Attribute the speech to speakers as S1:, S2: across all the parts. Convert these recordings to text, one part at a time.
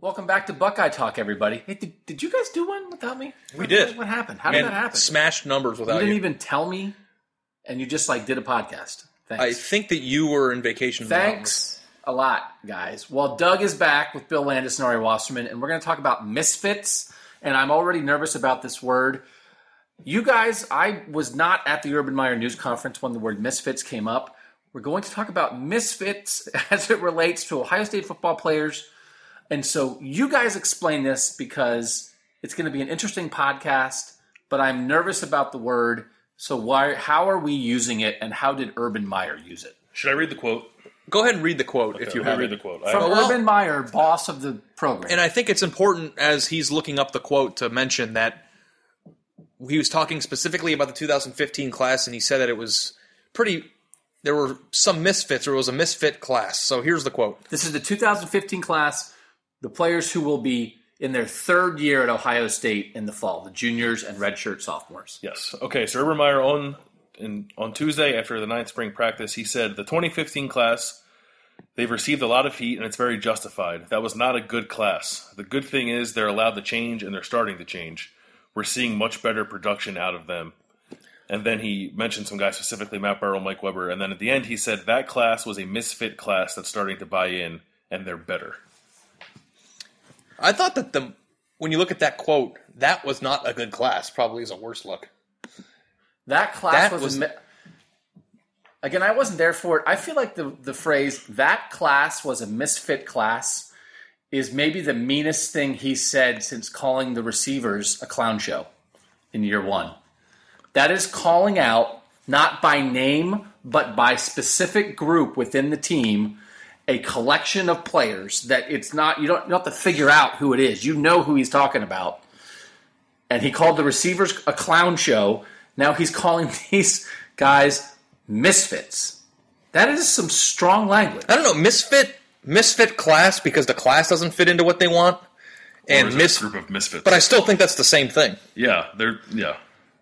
S1: Welcome back to Buckeye Talk, everybody. Hey, did, did you guys do one without me?
S2: We
S1: What-
S2: did.
S1: What happened? How
S2: Man,
S1: did that happen?
S2: Smashed numbers
S1: you
S2: without you.
S1: didn't even tell me, and you just like did a podcast. Thanks.
S2: I think that you were in vacation. in the
S1: Thanks a lot, guys. Well, Doug is back with Bill Landis and Ari Wasserman, and we're going to talk about misfits. And I'm already nervous about this word. You guys, I was not at the Urban Meyer News Conference when the word misfits came up. We're going to talk about misfits as it relates to Ohio State football players. And so you guys explain this because it's going to be an interesting podcast, but I'm nervous about the word. So why how are we using it and how did Urban Meyer use it?
S3: Should I read the quote?
S2: Olympics. Go ahead and read the quote if you
S3: Let me
S2: have
S3: read the
S2: it.
S3: quote.
S1: From
S3: I,
S2: well-
S1: Urban Meyer, boss of the program.
S2: And I think it's important as he's looking up the quote to mention that he was talking specifically about the 2015 class, and he said that it was pretty. There were some misfits, or it was a misfit class. So here's the quote.
S1: this is the 2015 class, the players who will be in their third year at Ohio State in the fall, the juniors and redshirt sophomores.
S3: yes. Okay. So Urban Meyer on in, on Tuesday after the ninth spring practice, he said the 2015 class they've received a lot of heat and it's very justified. That was not a good class. The good thing is they're allowed to change and they're starting to change. We're seeing much better production out of them. And then he mentioned some guys specifically Matt Burrow, Mike Weber, and then at the end he said that class was a misfit class that's starting to buy in and they're better.
S2: I thought that the when you look at that quote, that was not a good class. Probably is a worse look.
S1: That class
S2: That
S1: was,
S2: was-
S1: a mi- again. I wasn't there for it. I feel like the the phrase "that class was a misfit class" is maybe the meanest thing he said since calling the receivers a clown show in year one. That is calling out not by name but by specific group within the team a collection of players that it's not you don't, you don't have to figure out who it is. You know who he's talking about and he called the receivers a clown show. Now he's calling these guys misfits. That is some strong language.
S2: I don't know, misfit misfit class because the class doesn't fit into what they want,
S3: Or is
S2: and
S3: it a
S2: mis.
S3: group of misfits.
S2: But I still think that's the same thing.
S3: yeah, they're yeah.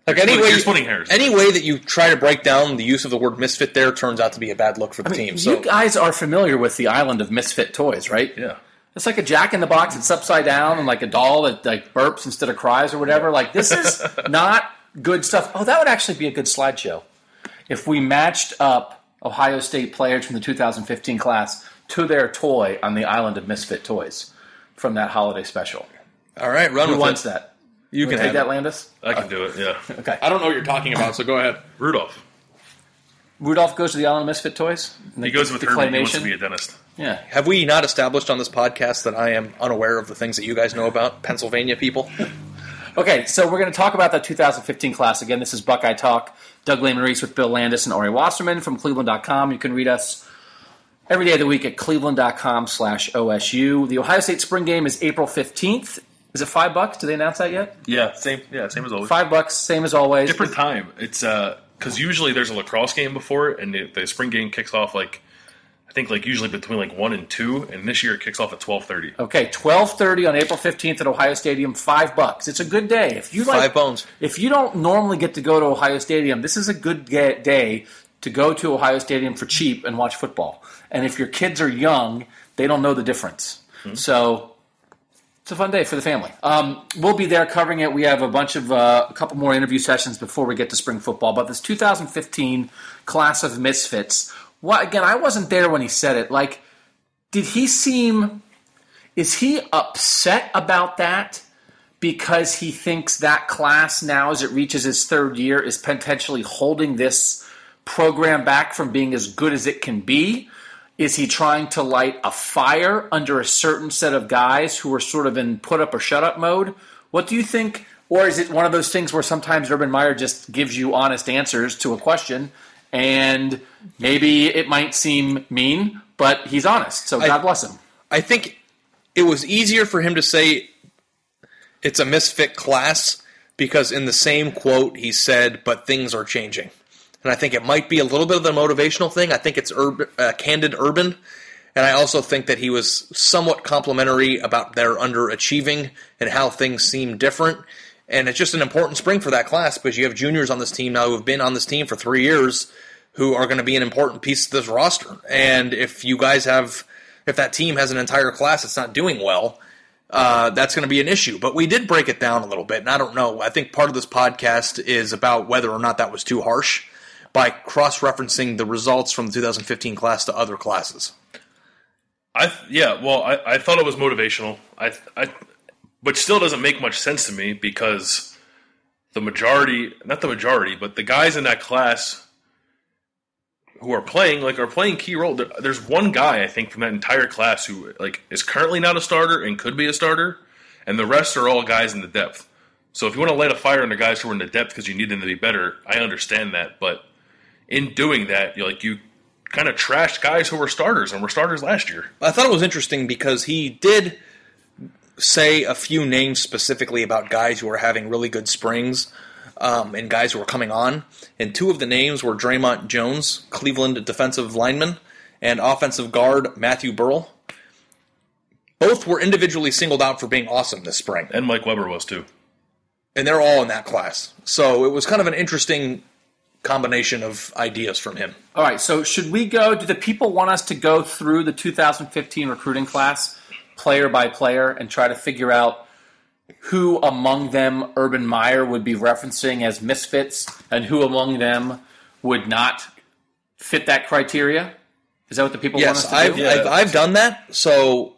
S2: Like any
S3: splitting-
S2: way,
S3: you're splitting hairs.
S2: any way that you try to break down the use of the word misfit there turns out to be a bad look for the team. So
S1: you guys are familiar with the island of misfit toys, right?
S3: Yeah.
S1: It's like a jack in the box that's upside down and like a doll that like burps instead of cries or whatever. Like this is not good stuff. Oh, that would actually be a good slideshow. If we matched up Ohio State players from the 2015 class to their toy on the island of misfit toys from that holiday special.
S2: all right, run
S1: Who
S2: with
S1: wants
S2: it.
S1: that?
S2: You can
S1: Take
S2: have
S1: that,
S2: it.
S1: Landis.
S3: I can do it, yeah.
S2: I don't know what you're talking about, so go ahead.
S3: Rudolph.
S1: Rudolph goes to the Island of Misfit Toys. And
S3: He goes with Herman. He wants to be a dentist.
S1: yeah.
S2: Have we not established on this podcast that I am unaware of the things that you guys know about Pennsylvania people?
S1: Okay, so we're going to talk about that 2015 class again. This is Buckeye Talk. Doug Lehman Reese with Bill Landis and Ari Wasserman from Cleveland.com. You can read us every day of the week at cleveland.com slash OSU. The Ohio State spring game is April 15th. Is it five bucks? Did they announce that yet?
S3: Yeah, same. Yeah, same as always.
S1: Five bucks, same as always.
S3: Different time. It's because usually there's a lacrosse game before it, and the, the spring game kicks off like I think like usually between like one and two, and this year it kicks off at twelve thirty.
S1: Okay, 12:30 on April 15th at Ohio Stadium, 5 bucks. It's a good day. If you like
S2: Five bones.
S1: If you don't normally get to go to Ohio Stadium, this is a good ga- day to go to Ohio Stadium for cheap and watch football. And if your kids are young, they don't know the difference.
S2: Hmm.
S1: So it's a fun day for the family. Um, we'll be there covering it. We have a bunch of uh, a couple more interview sessions before we get to spring football. But this 2015 class of misfits. What again? I wasn't there when he said it. Like, did he seem? Is he upset about that because he thinks that class now, as it reaches its third year, is potentially holding this program back from being as good as it can be? Is he trying to light a fire under a certain set of guys who are sort of in put up or shut up mode? What do you think? Or is it one of those things where sometimes Urban Meyer just gives you honest answers to a question and maybe it might seem mean, but he's honest. So God bless him.
S2: I think it was easier for him to say it's a misfit class because in the same quote he said, "But things are changing," and I think it might be a little bit of the motivational thing. I think it's urb uh, candid urban, and I also think that he was somewhat complimentary about their underachieving and how things seem different. And it's just an important spring for that class because you have juniors on this team now who have been on this team for three years who are going to be an important piece of this roster. And if you guys have, if that team has an entire class that's not doing well, uh, that's going to be an issue. But we did break it down a little bit, and I don't know. I think part of this podcast is about whether or not that was too harsh by cross referencing the results from the 2015 class to other classes.
S3: I th- yeah, well, I, I thought it was motivational. I, th- I, which still doesn't make much sense to me because the majority, not the majority, but the guys in that class who are playing, like, are playing key role. There- There's one guy I think from that entire class who like is currently not a starter and could be a starter, and the rest are all guys in the depth. So if you want to light a fire on the guys who are in the depth because you need them to be better, I understand that, but in doing that, you like you kind of trashed guys who were starters and were starters last year.
S2: I thought it was interesting because he did say a few names specifically about guys who are having really good springs um, and guys who are coming on. And two of the names were Draymond Jones, Cleveland defensive lineman, and offensive guard Matthew Burl. Both were individually singled out for being awesome this spring,
S3: And Mike Weber was too.
S2: and they're all in that class. So it was kind of an interesting combination of ideas from him.
S1: All right, so should we go? Do the people want us to go through the 2015 recruiting class player by player and try to figure out who among them Urban Meyer would be referencing as misfits and who among them would not fit that criteria? Is that what the people want us
S2: Yes,
S1: to
S2: I've,
S1: do?
S2: I've, I've done that. So,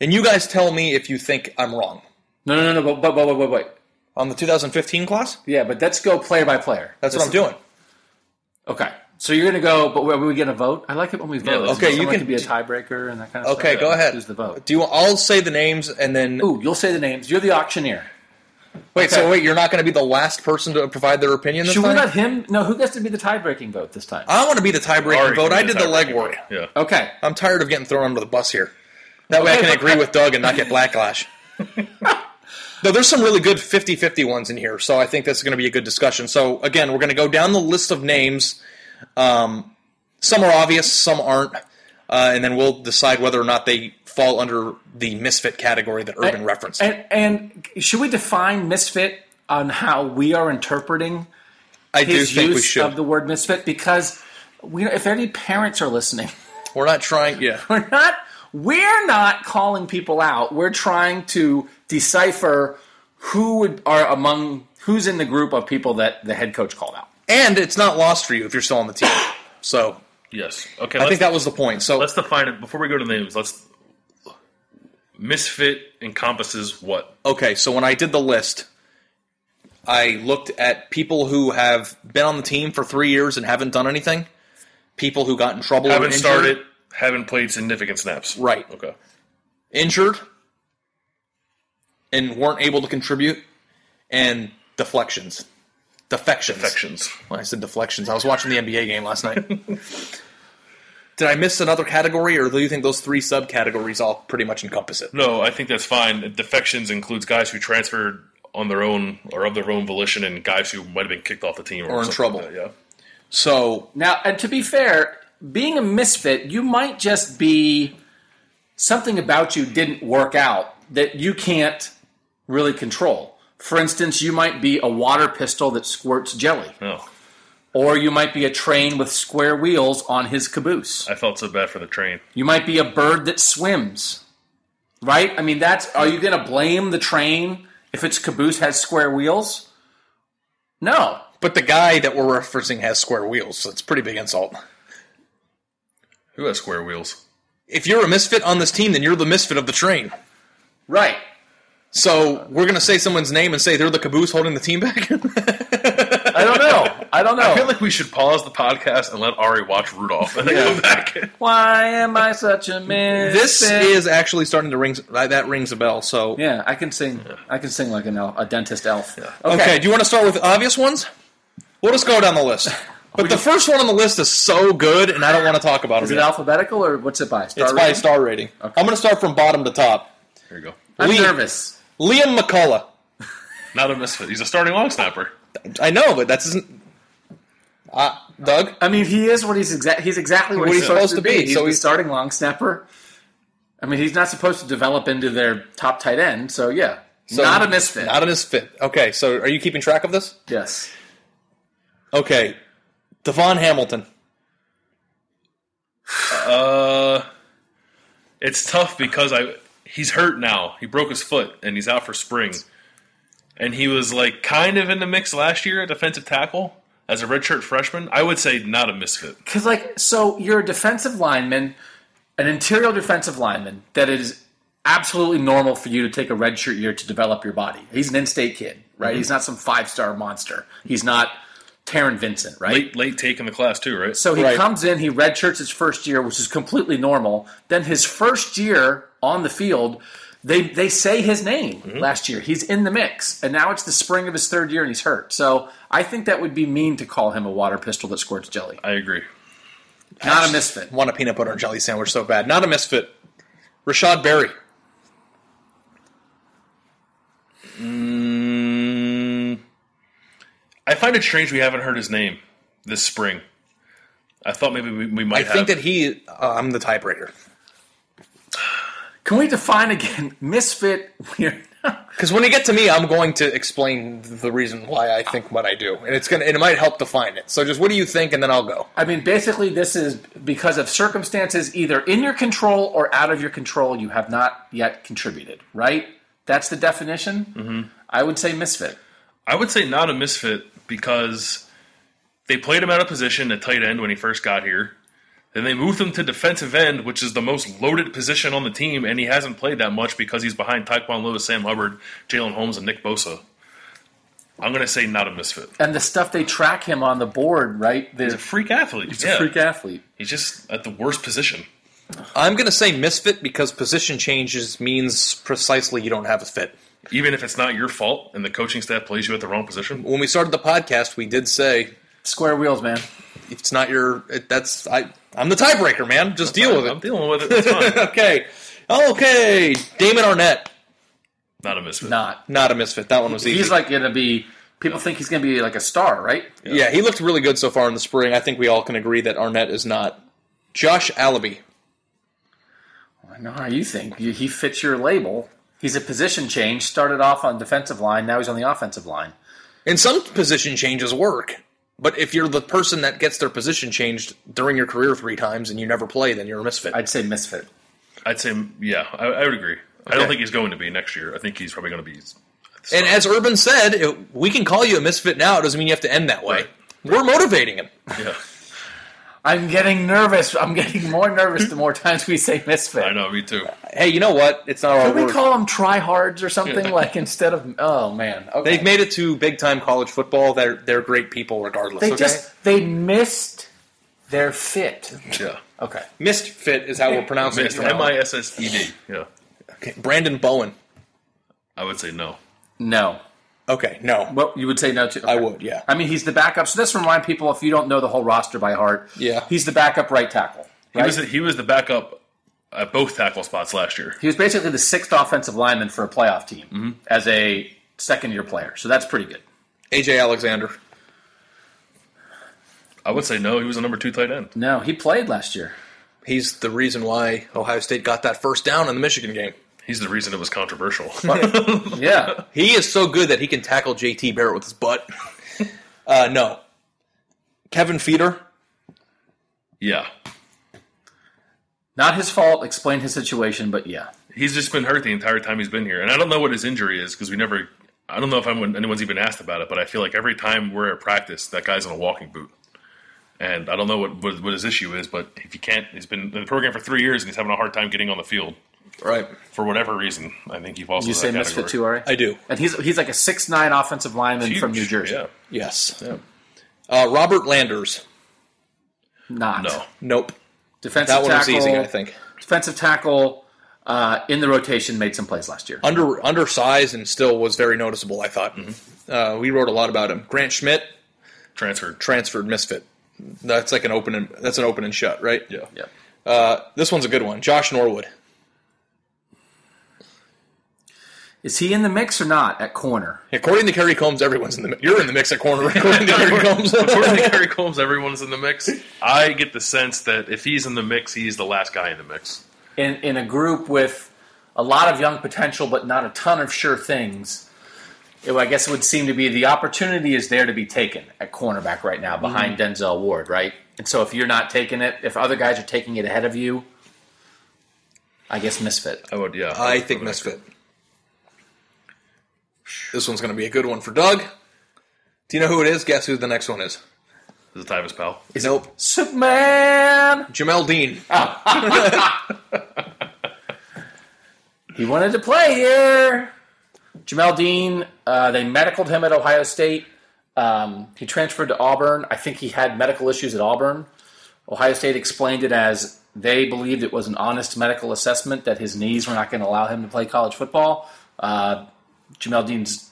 S2: and you guys tell me if you think I'm wrong.
S1: No, no, no, no, but, but, but, wait, wait, wait.
S2: On the 2015 class?
S1: Yeah, but let's go player by player.
S2: That's what I'm doing.
S1: Okay. So you're gonna go, but are we gonna vote? I like it when we vote.
S3: let's-
S2: Okay, you
S1: Someone
S2: can-
S1: could be a tiebreaker and that kind of
S2: Okay,
S1: stuff.
S2: go ahead.
S1: Who's the vote?
S2: Do you want, I'll say the names and then
S1: Ooh, you'll say the names. You're the auctioneer.
S2: wait, so wait, you're not going to be the last person to provide their opinion this
S1: Should we
S2: time?
S1: let him? No, who gets to be the tie breaking vote this time?
S2: I want to be the
S3: Ari
S2: tie-breaking vote.
S3: can
S2: I
S3: be
S2: did the
S3: tiebreaker.
S2: legwork.
S3: Yeah.
S1: Okay.
S2: I'm tired of getting thrown under the bus here. That way I
S1: Okay,
S2: can
S1: but-
S2: agree with Doug and not get backlash. No, there's some really good 50-50 ones in here, so I think this is going to be a good discussion. So again, we're going to go down the list of names. Um, some are obvious, some aren't, uh, and then we'll decide whether or not they fall under the misfit category that Urban referenced.
S1: And, and should we define misfit on how we are interpreting
S2: I do
S1: his
S2: think we
S1: use
S2: should.
S1: of the word misfit? Because we, if any parents are listening,
S2: We're not trying. Yeah.
S1: we're not we're not calling people out. We're trying to decipher who would, are among who's in the group of people that the head coach called out.
S2: And it's not lost for you if you're still on the team. So
S3: Yes. Okay.
S2: I
S3: let's,
S2: think that was the point. So
S3: let's define it before we go to names. Let's misfit encompasses what?
S2: okay, so when I did the list, I looked at people who have been on the team for three years and haven't done anything. People who got in trouble, or
S3: Haven't
S2: injured,
S3: started. Haven't played significant snaps.
S2: Right.
S3: Okay.
S2: injured, and weren't able to contribute, and deflections, defections.
S3: Sections.
S2: Well, I said deflections. I was watching the NBA game last night. Did I miss another category, or do you think those three subcategories all pretty much encompass it?
S3: No, I think that's fine. Defections includes guys who transferred on their own or of their own volition, and guys who might have been kicked off the team or,
S2: Or in
S3: something
S2: trouble.
S3: like that, yeah.
S2: So
S1: Now, and to be fair, being a misfit, you might just be something about you didn't work out that you can't really control. For instance, you might be a water pistol that squirts jelly,
S3: No,
S1: or you might be a train with square wheels on his caboose.
S3: I felt so bad for the train.
S1: You might be a bird that swims. Right? I mean, that's are you going to blame the train if its caboose has square wheels? No.
S2: But the guy that we're referencing has square wheels, so it's a pretty big insult.
S3: Who has square wheels?
S2: if you're a misfit on this team, then you're the misfit of the train.
S1: Right.
S2: So we're gonna say someone's name and say they're the caboose holding the team back.
S1: I don't know. I don't know.
S3: I feel like we should pause the podcast and let Ari watch Rudolph and then go back.
S1: Why am I such a man?
S2: this is actually starting to ring. That rings a bell. So
S1: Yeah, I can sing. I can sing like an elf, a dentist elf.
S2: Okay. do you want to start with obvious ones? We'll just go down the list. But the first one on the list is so good, and I don't want to talk about
S1: Is
S2: it.
S1: it
S2: yet.
S1: alphabetical or what's it by? Star
S2: it's by
S1: rating?
S2: star rating. I'm going to start from bottom to top.
S3: There you go.
S1: I'm
S2: Lee.
S1: nervous.
S2: Liam McCullough.
S3: Not a misfit. He's a starting long snapper.
S2: I know, but that's isn't. Uh, Doug.
S1: I mean, he is what he's exact. He's exactly what, he's supposed, to be. He's
S2: so
S1: the
S2: he's-
S1: starting long snapper. I mean, he's not supposed to develop into their top tight end. So yeah,
S2: So-
S1: not a misfit.
S2: Not a misfit. Okay, so are you keeping track of this?
S1: yes,
S2: Okay, Devon Hamilton.
S3: Uh, it's tough because I he's hurt now. He broke his foot and he's out for spring. And he was like kind of in the mix last year at defensive tackle as a redshirt freshman. I would say not a misfit.
S1: because like so, you're a defensive lineman, an interior defensive lineman that it is absolutely normal for you to take a redshirt year to develop your body. He's an in-state kid, right? He's not some five-star monster. He's not Taryn Vincent, right?
S3: Late late take in the class too, right?
S1: So he
S2: Right.
S1: comes in, he redshirts his first year, which is completely normal. Then his first year on the field, they they say his name last year. He's in the mix, and now it's the spring of his third year, and he's hurt. So I think that would be mean to call him a water pistol that squirts jelly.
S3: I agree.
S1: Not a misfit.
S2: Want a peanut butter and jelly sandwich so bad. Not a misfit. Rashad Berry.
S3: Mm, I find it strange we haven't heard his name this spring. I thought maybe we, we might
S2: I
S3: have.
S2: think that he. Uh, I'm the tiebreaker.
S1: Can we define again misfit? We're
S2: Because when you get to me, I'm going to explain the reason why I think what I do, and it's gonna and it might help define it. So just what do you think, and then I'll go.
S1: I mean, basically, this is because of circumstances either in your control or out of your control. You have not yet contributed, right? That's the definition. Mm-hmm. I would say misfit.
S3: I would say not a misfit because they played him out of position at tight end when he first got here. Then they moved him to defensive end, which is the most loaded position on the team, and he hasn't played that much because he's behind Taekwon Lewis, Sam Hubbard, Jalen Holmes, and Nick Bosa. I'm going to say not a misfit.
S1: and the stuff they track him on the board, right? The
S3: He's a freak athlete.
S1: he's
S3: yeah.
S1: a freak athlete.
S3: He's just at the worst position.
S2: I'm gonna say misfit because position changes means precisely you don't have a fit.
S3: Even if it's not your fault and the coaching staff plays you at the wrong position,
S2: When we started the podcast, we did say
S1: Square wheels, man.
S2: if it's not your. It, that's I. I'm the tiebreaker, man. Just deal with
S3: I'm
S2: it.
S3: dealing with it. It's fine.
S2: Okay. Okay. Damon Arnett,
S3: not a misfit.
S1: Not.
S2: not a misfit. That one was easy.
S1: He's like going to be. People think he's going to be like a star, right?
S2: yeah, he looked really good so far in the spring. I think we all can agree that Arnett is not. Josh Alaby.
S1: I know how you think. You- He fits your label. He's a position change. Started off on defensive line. Now he's on the offensive line.
S2: And some position changes work. But if you're the person that gets their position changed during your career three times and you never play, then you're a misfit.
S1: I'd say misfit.
S3: I'd say, yeah, I, I would agree. I
S2: Okay.
S3: don't think he's going to be next year. I think he's probably going to be
S2: and as Urban said, it, we can call you a misfit now. It doesn't mean you have to end that way. We're motivating him.
S3: Yeah,
S1: I'm getting nervous. I'm getting more nervous the more times we say misfit.
S3: I know, me too.
S2: Hey, you know what? It's not our
S1: Can we
S2: word.
S1: call them tryhards or something? Like instead of oh man, okay.
S2: They've made it to big time college football. They're they're great people regardless.
S1: they
S2: okay?
S1: just they missed their fit.
S3: Yeah.
S1: Okay.
S2: misfit is how we're pronouncing it.
S3: Missed.
S2: from now
S3: M
S2: on.
S3: I S S E D. Yeah.
S2: Okay, Brandon Bowen.
S3: I would say no.
S1: No.
S2: Okay, no,
S1: Well, you would say no to.
S2: I would. Yeah,
S1: I mean, he's the backup. So this remind people if you don't know the whole roster by heart.
S2: Yeah.
S1: he's the backup right tackle.
S3: He
S1: right?
S3: was the, he was the backup at both tackle spots last year.
S1: He was basically the sixth offensive lineman for a playoff team
S2: Mm-hmm.
S1: as a second year player. So that's pretty good.
S2: AJ Alexander.
S3: I would say no. He was a number two tight end.
S1: No, he played last year.
S2: He's the reason why Ohio State got that first down in the Michigan game.
S3: He's the reason it was controversial.
S1: Yeah,
S2: He is so good that he can tackle JT Barrett with his butt. uh, no. Kevin Feeder.
S3: yeah.
S1: not his fault. Explain his situation, but yeah,
S3: He's just been hurt the entire time he's been here, and I don't know what his injury is because we never. I don't know if anyone, anyone's even asked about it, but I feel like every time we're at practice, that guy's in a walking boot. And I don't know what, what, what his issue is, but if he can't, he's been in the program for three years and he's having a hard time getting on the field
S2: Right.
S3: for whatever reason. I think he falls.
S1: you
S3: into
S1: say
S3: that
S1: misfit
S3: category.
S1: too, Ari?
S2: I do.
S1: And he's he's like a six nine offensive lineman
S3: Huge,
S1: from New Jersey.
S3: Yeah.
S2: Yes. Uh, Robert Landers.
S1: Not
S3: No.
S2: Nope.
S1: defensive
S2: That one was
S1: tackle.
S2: easy, I think.
S1: Defensive tackle uh, in the rotation made some plays last year.
S2: Under undersized and still was very noticeable. I thought. Uh, we wrote a lot about him. Grant Schmidt
S3: Transferred.
S2: transferred misfit. That's like an open and that's an open and shut, right?
S3: Yeah.
S1: Yeah.
S2: Uh, this one's a good one. Josh Norwood.
S1: Is he in the mix or not at corner?
S2: According to Kerry Combs, everyone's in the mi- you're in the mix at corner. According to Kerry Combs,
S3: According to Kerry Combs, everyone's in the mix. I get the sense that if he's in the mix, he's the last guy in the mix.
S1: In in a group with a lot of young potential, but not a ton of sure things. it- I guess it would seem to be the opportunity is there to be taken at cornerback right now behind
S2: Mm.
S1: Denzel Ward, right? And so if you're not taking it, if other guys are taking it ahead of you, I guess misfit.
S3: I would, yeah.
S2: I think misfit. This one's going to be a good one for Doug. Do you know who it is? Guess who the next one is?
S3: This is Ah, Tyvis Powell.
S2: nope.
S1: Superman.
S2: Jamel Dean.
S1: He wanted to play here. Jamel Dean, uh, they medicaled him at Ohio State. Um, he transferred to Auburn. I think he had medical issues at Auburn. Ohio State explained it as they believed it was an honest medical assessment that his knees were not going to allow him to play college football. Uh, Jamel Dean's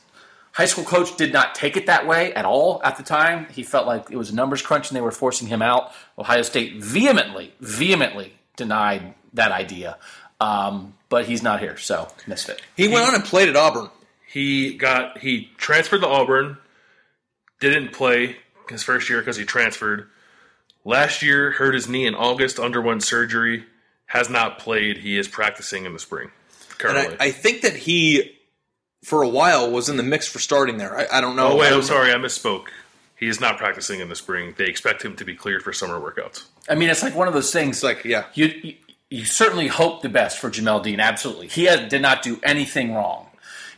S1: high school coach did not take it that way at all at the time. He felt like it was a numbers crunch and they were forcing him out. Ohio State vehemently, vehemently denied that idea. Um, but he's not here, so misfit.
S2: He went on and played at Auburn.
S3: He got he transferred to Auburn. Didn't play his first year because he transferred. Last year, hurt his knee in August, underwent surgery, has not played. He is practicing in the spring
S2: And
S3: currently.
S2: I, I think that he, for a while, was in the mix for starting there. I, I don't know.
S3: oh
S2: I
S3: wait,
S2: don't
S3: I'm sorry, I misspoke. He is not practicing in the spring. They expect him to be cleared for summer workouts.
S1: I mean, it's like one of those things.
S2: It's like, yeah.
S1: you, you, you certainly hope the best for Jamel Dean. Absolutely, he has, did not do anything wrong.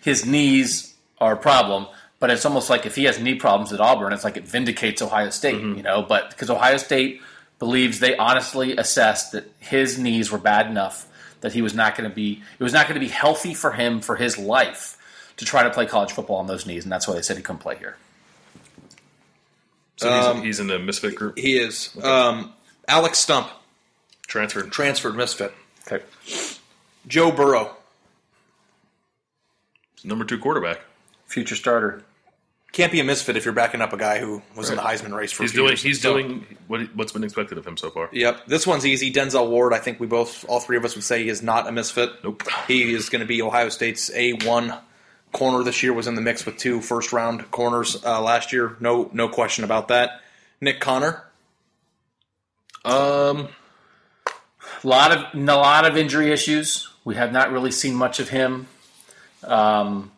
S1: His knees are a problem, but it's almost like if he has knee problems at Auburn, it's like it vindicates Ohio State,
S2: Mm-hmm.
S1: you know. But because Ohio State believes they honestly assessed that his knees were bad enough that he was not going to be it was not going to be healthy for him for his life to try to play college football on those knees, and that's why they said he couldn't play here.
S3: So he's, he's in the misfit group.
S2: Um, He is. Um, Alex Stump,
S3: Transferred.
S2: transferred misfit.
S1: Okay.
S2: Joe Burrow,
S3: Number two quarterback.
S1: Future starter.
S2: can't be a misfit if you're backing up a guy who was in the Heisman race for.
S3: He's
S2: a few
S3: doing
S2: years.
S3: he's
S2: So-
S3: doing what what's been expected of him so far.
S2: Yep, this one's easy. Denzel Ward, I think we both, all three of us, would say he is not a misfit.
S3: Nope.
S2: He is going to be Ohio State's A one corner this year. Was in the mix with two first round corners uh, last year. No, no question about that. Nick Connor,
S3: Um,
S1: A lot of a lot of injury issues. We have not really seen much of him. Um,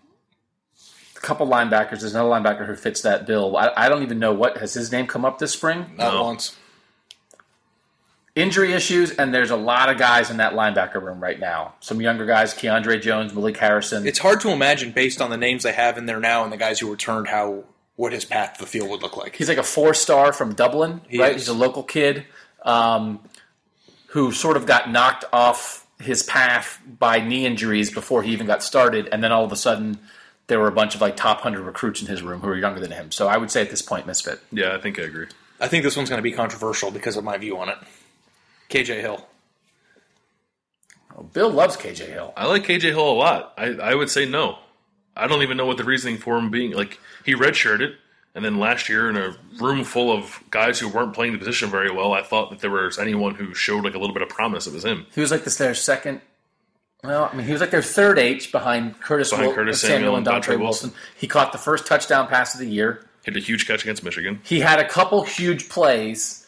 S1: a couple linebackers. There's another linebacker who fits that bill. I, I don't even know what has his name come up this spring.
S2: not
S3: No.
S2: once.
S1: Injury issues, and there's a lot of guys in that linebacker room right now. Some younger guys: Keandre Jones, Malik Harrison.
S2: It's hard to imagine based on the names they have in there now and the guys who returned how what his path to the field would look like.
S1: he's like a four star from Dublin, right?
S2: is.
S1: He's a local kid um, who sort of got knocked off his path by knee injuries before he even got started, and then all of a sudden there were a bunch of like top hundred recruits in his room who were younger than him. So I would say at this point, misfit.
S3: yeah, I think I agree.
S2: I think this one's going to be controversial because of my view on it. KJ Hill.
S1: Bill loves KJ Hill.
S3: I like KJ Hill a lot. I, I would say no. I don't even know what the reasoning for him being like he redshirted and then last year in a room full of guys who weren't playing the position very well, I thought that there was anyone who showed like a little bit of promise. It was him.
S1: He was like this their second. Well, I mean, he was like their third H behind Curtis,
S3: Behind
S1: Wil-
S3: Curtis
S1: Samuel,
S3: Samuel
S1: and
S3: and
S1: Dontre
S3: Dontre
S1: Wilson. He caught the first touchdown pass of the year.
S3: Hit a huge catch against Michigan.
S1: he had a couple huge plays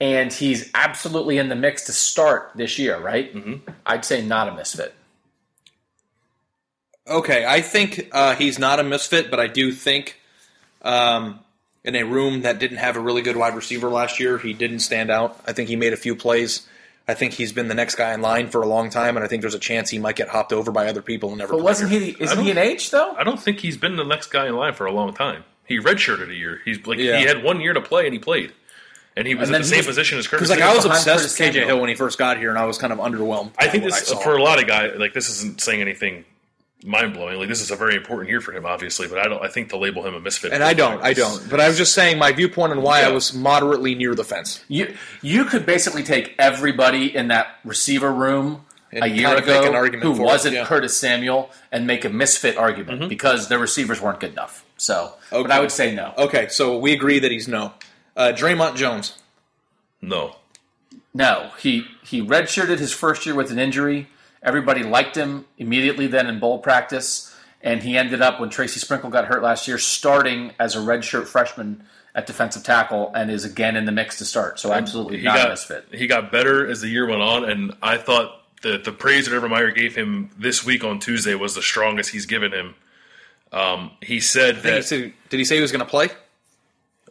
S1: and he's absolutely in the mix to start this year right mm-hmm. i'd say not a misfit
S2: Okay, I think uh, he's not a misfit, but I do think um, in a room that didn't have a really good wide receiver last year, he didn't stand out. I think he made a few plays. I think he's been the next guy in line for a long time, and I think there's a chance he might get hopped over by other people and never.
S1: but
S2: play
S1: wasn't
S2: here.
S1: he the, isn't he an h though
S3: I don't think he's been the next guy in line for a long time. He redshirted a year. He's like
S2: Yeah.
S3: he had one year to play and he played. and he was
S1: And then
S3: in the
S1: he
S3: same
S1: was-
S3: position as Curtis.
S2: Because like I was
S1: Behind
S2: obsessed with
S1: Curtis
S2: KJ
S1: Samuel.
S2: Hill when he first got here, and I was kind of underwhelmed.
S3: I think
S2: by what
S3: this
S2: I saw.
S3: for a lot of guys. Like this isn't saying anything mind blowing. Like this is a very important year for him, obviously. But I don't. I think to label him a misfit.
S2: and I don't, I don't. But I was just saying my viewpoint on why I
S3: Yeah.
S2: was moderately near the fence.
S1: You you could basically take everybody in that receiver room
S2: And
S1: a year
S2: kind of make
S1: ago
S2: an argument
S1: who
S2: for it,
S1: wasn't
S2: yeah.
S1: Curtis Samuel and make a misfit argument because their receivers weren't good enough. So, but
S2: Okay.
S1: I would say no.
S2: Okay, so we agree that he's no. Uh, Draymond Jones.
S3: No.
S1: No, he he redshirted his first year with an injury. Everybody liked him immediately then in bowl practice, and he ended up when Tracy Sprinkle got hurt last year, starting as a redshirt freshman at defensive tackle, and is again in the mix to start. So absolutely
S3: he
S1: not
S3: got
S1: a misfit.
S3: he got better as the year went on, and I thought the the praise that Ervin gave him this week on Tuesday was the strongest he's given him. Um, he said
S2: Did he
S3: that
S2: say, did he say he was going to play?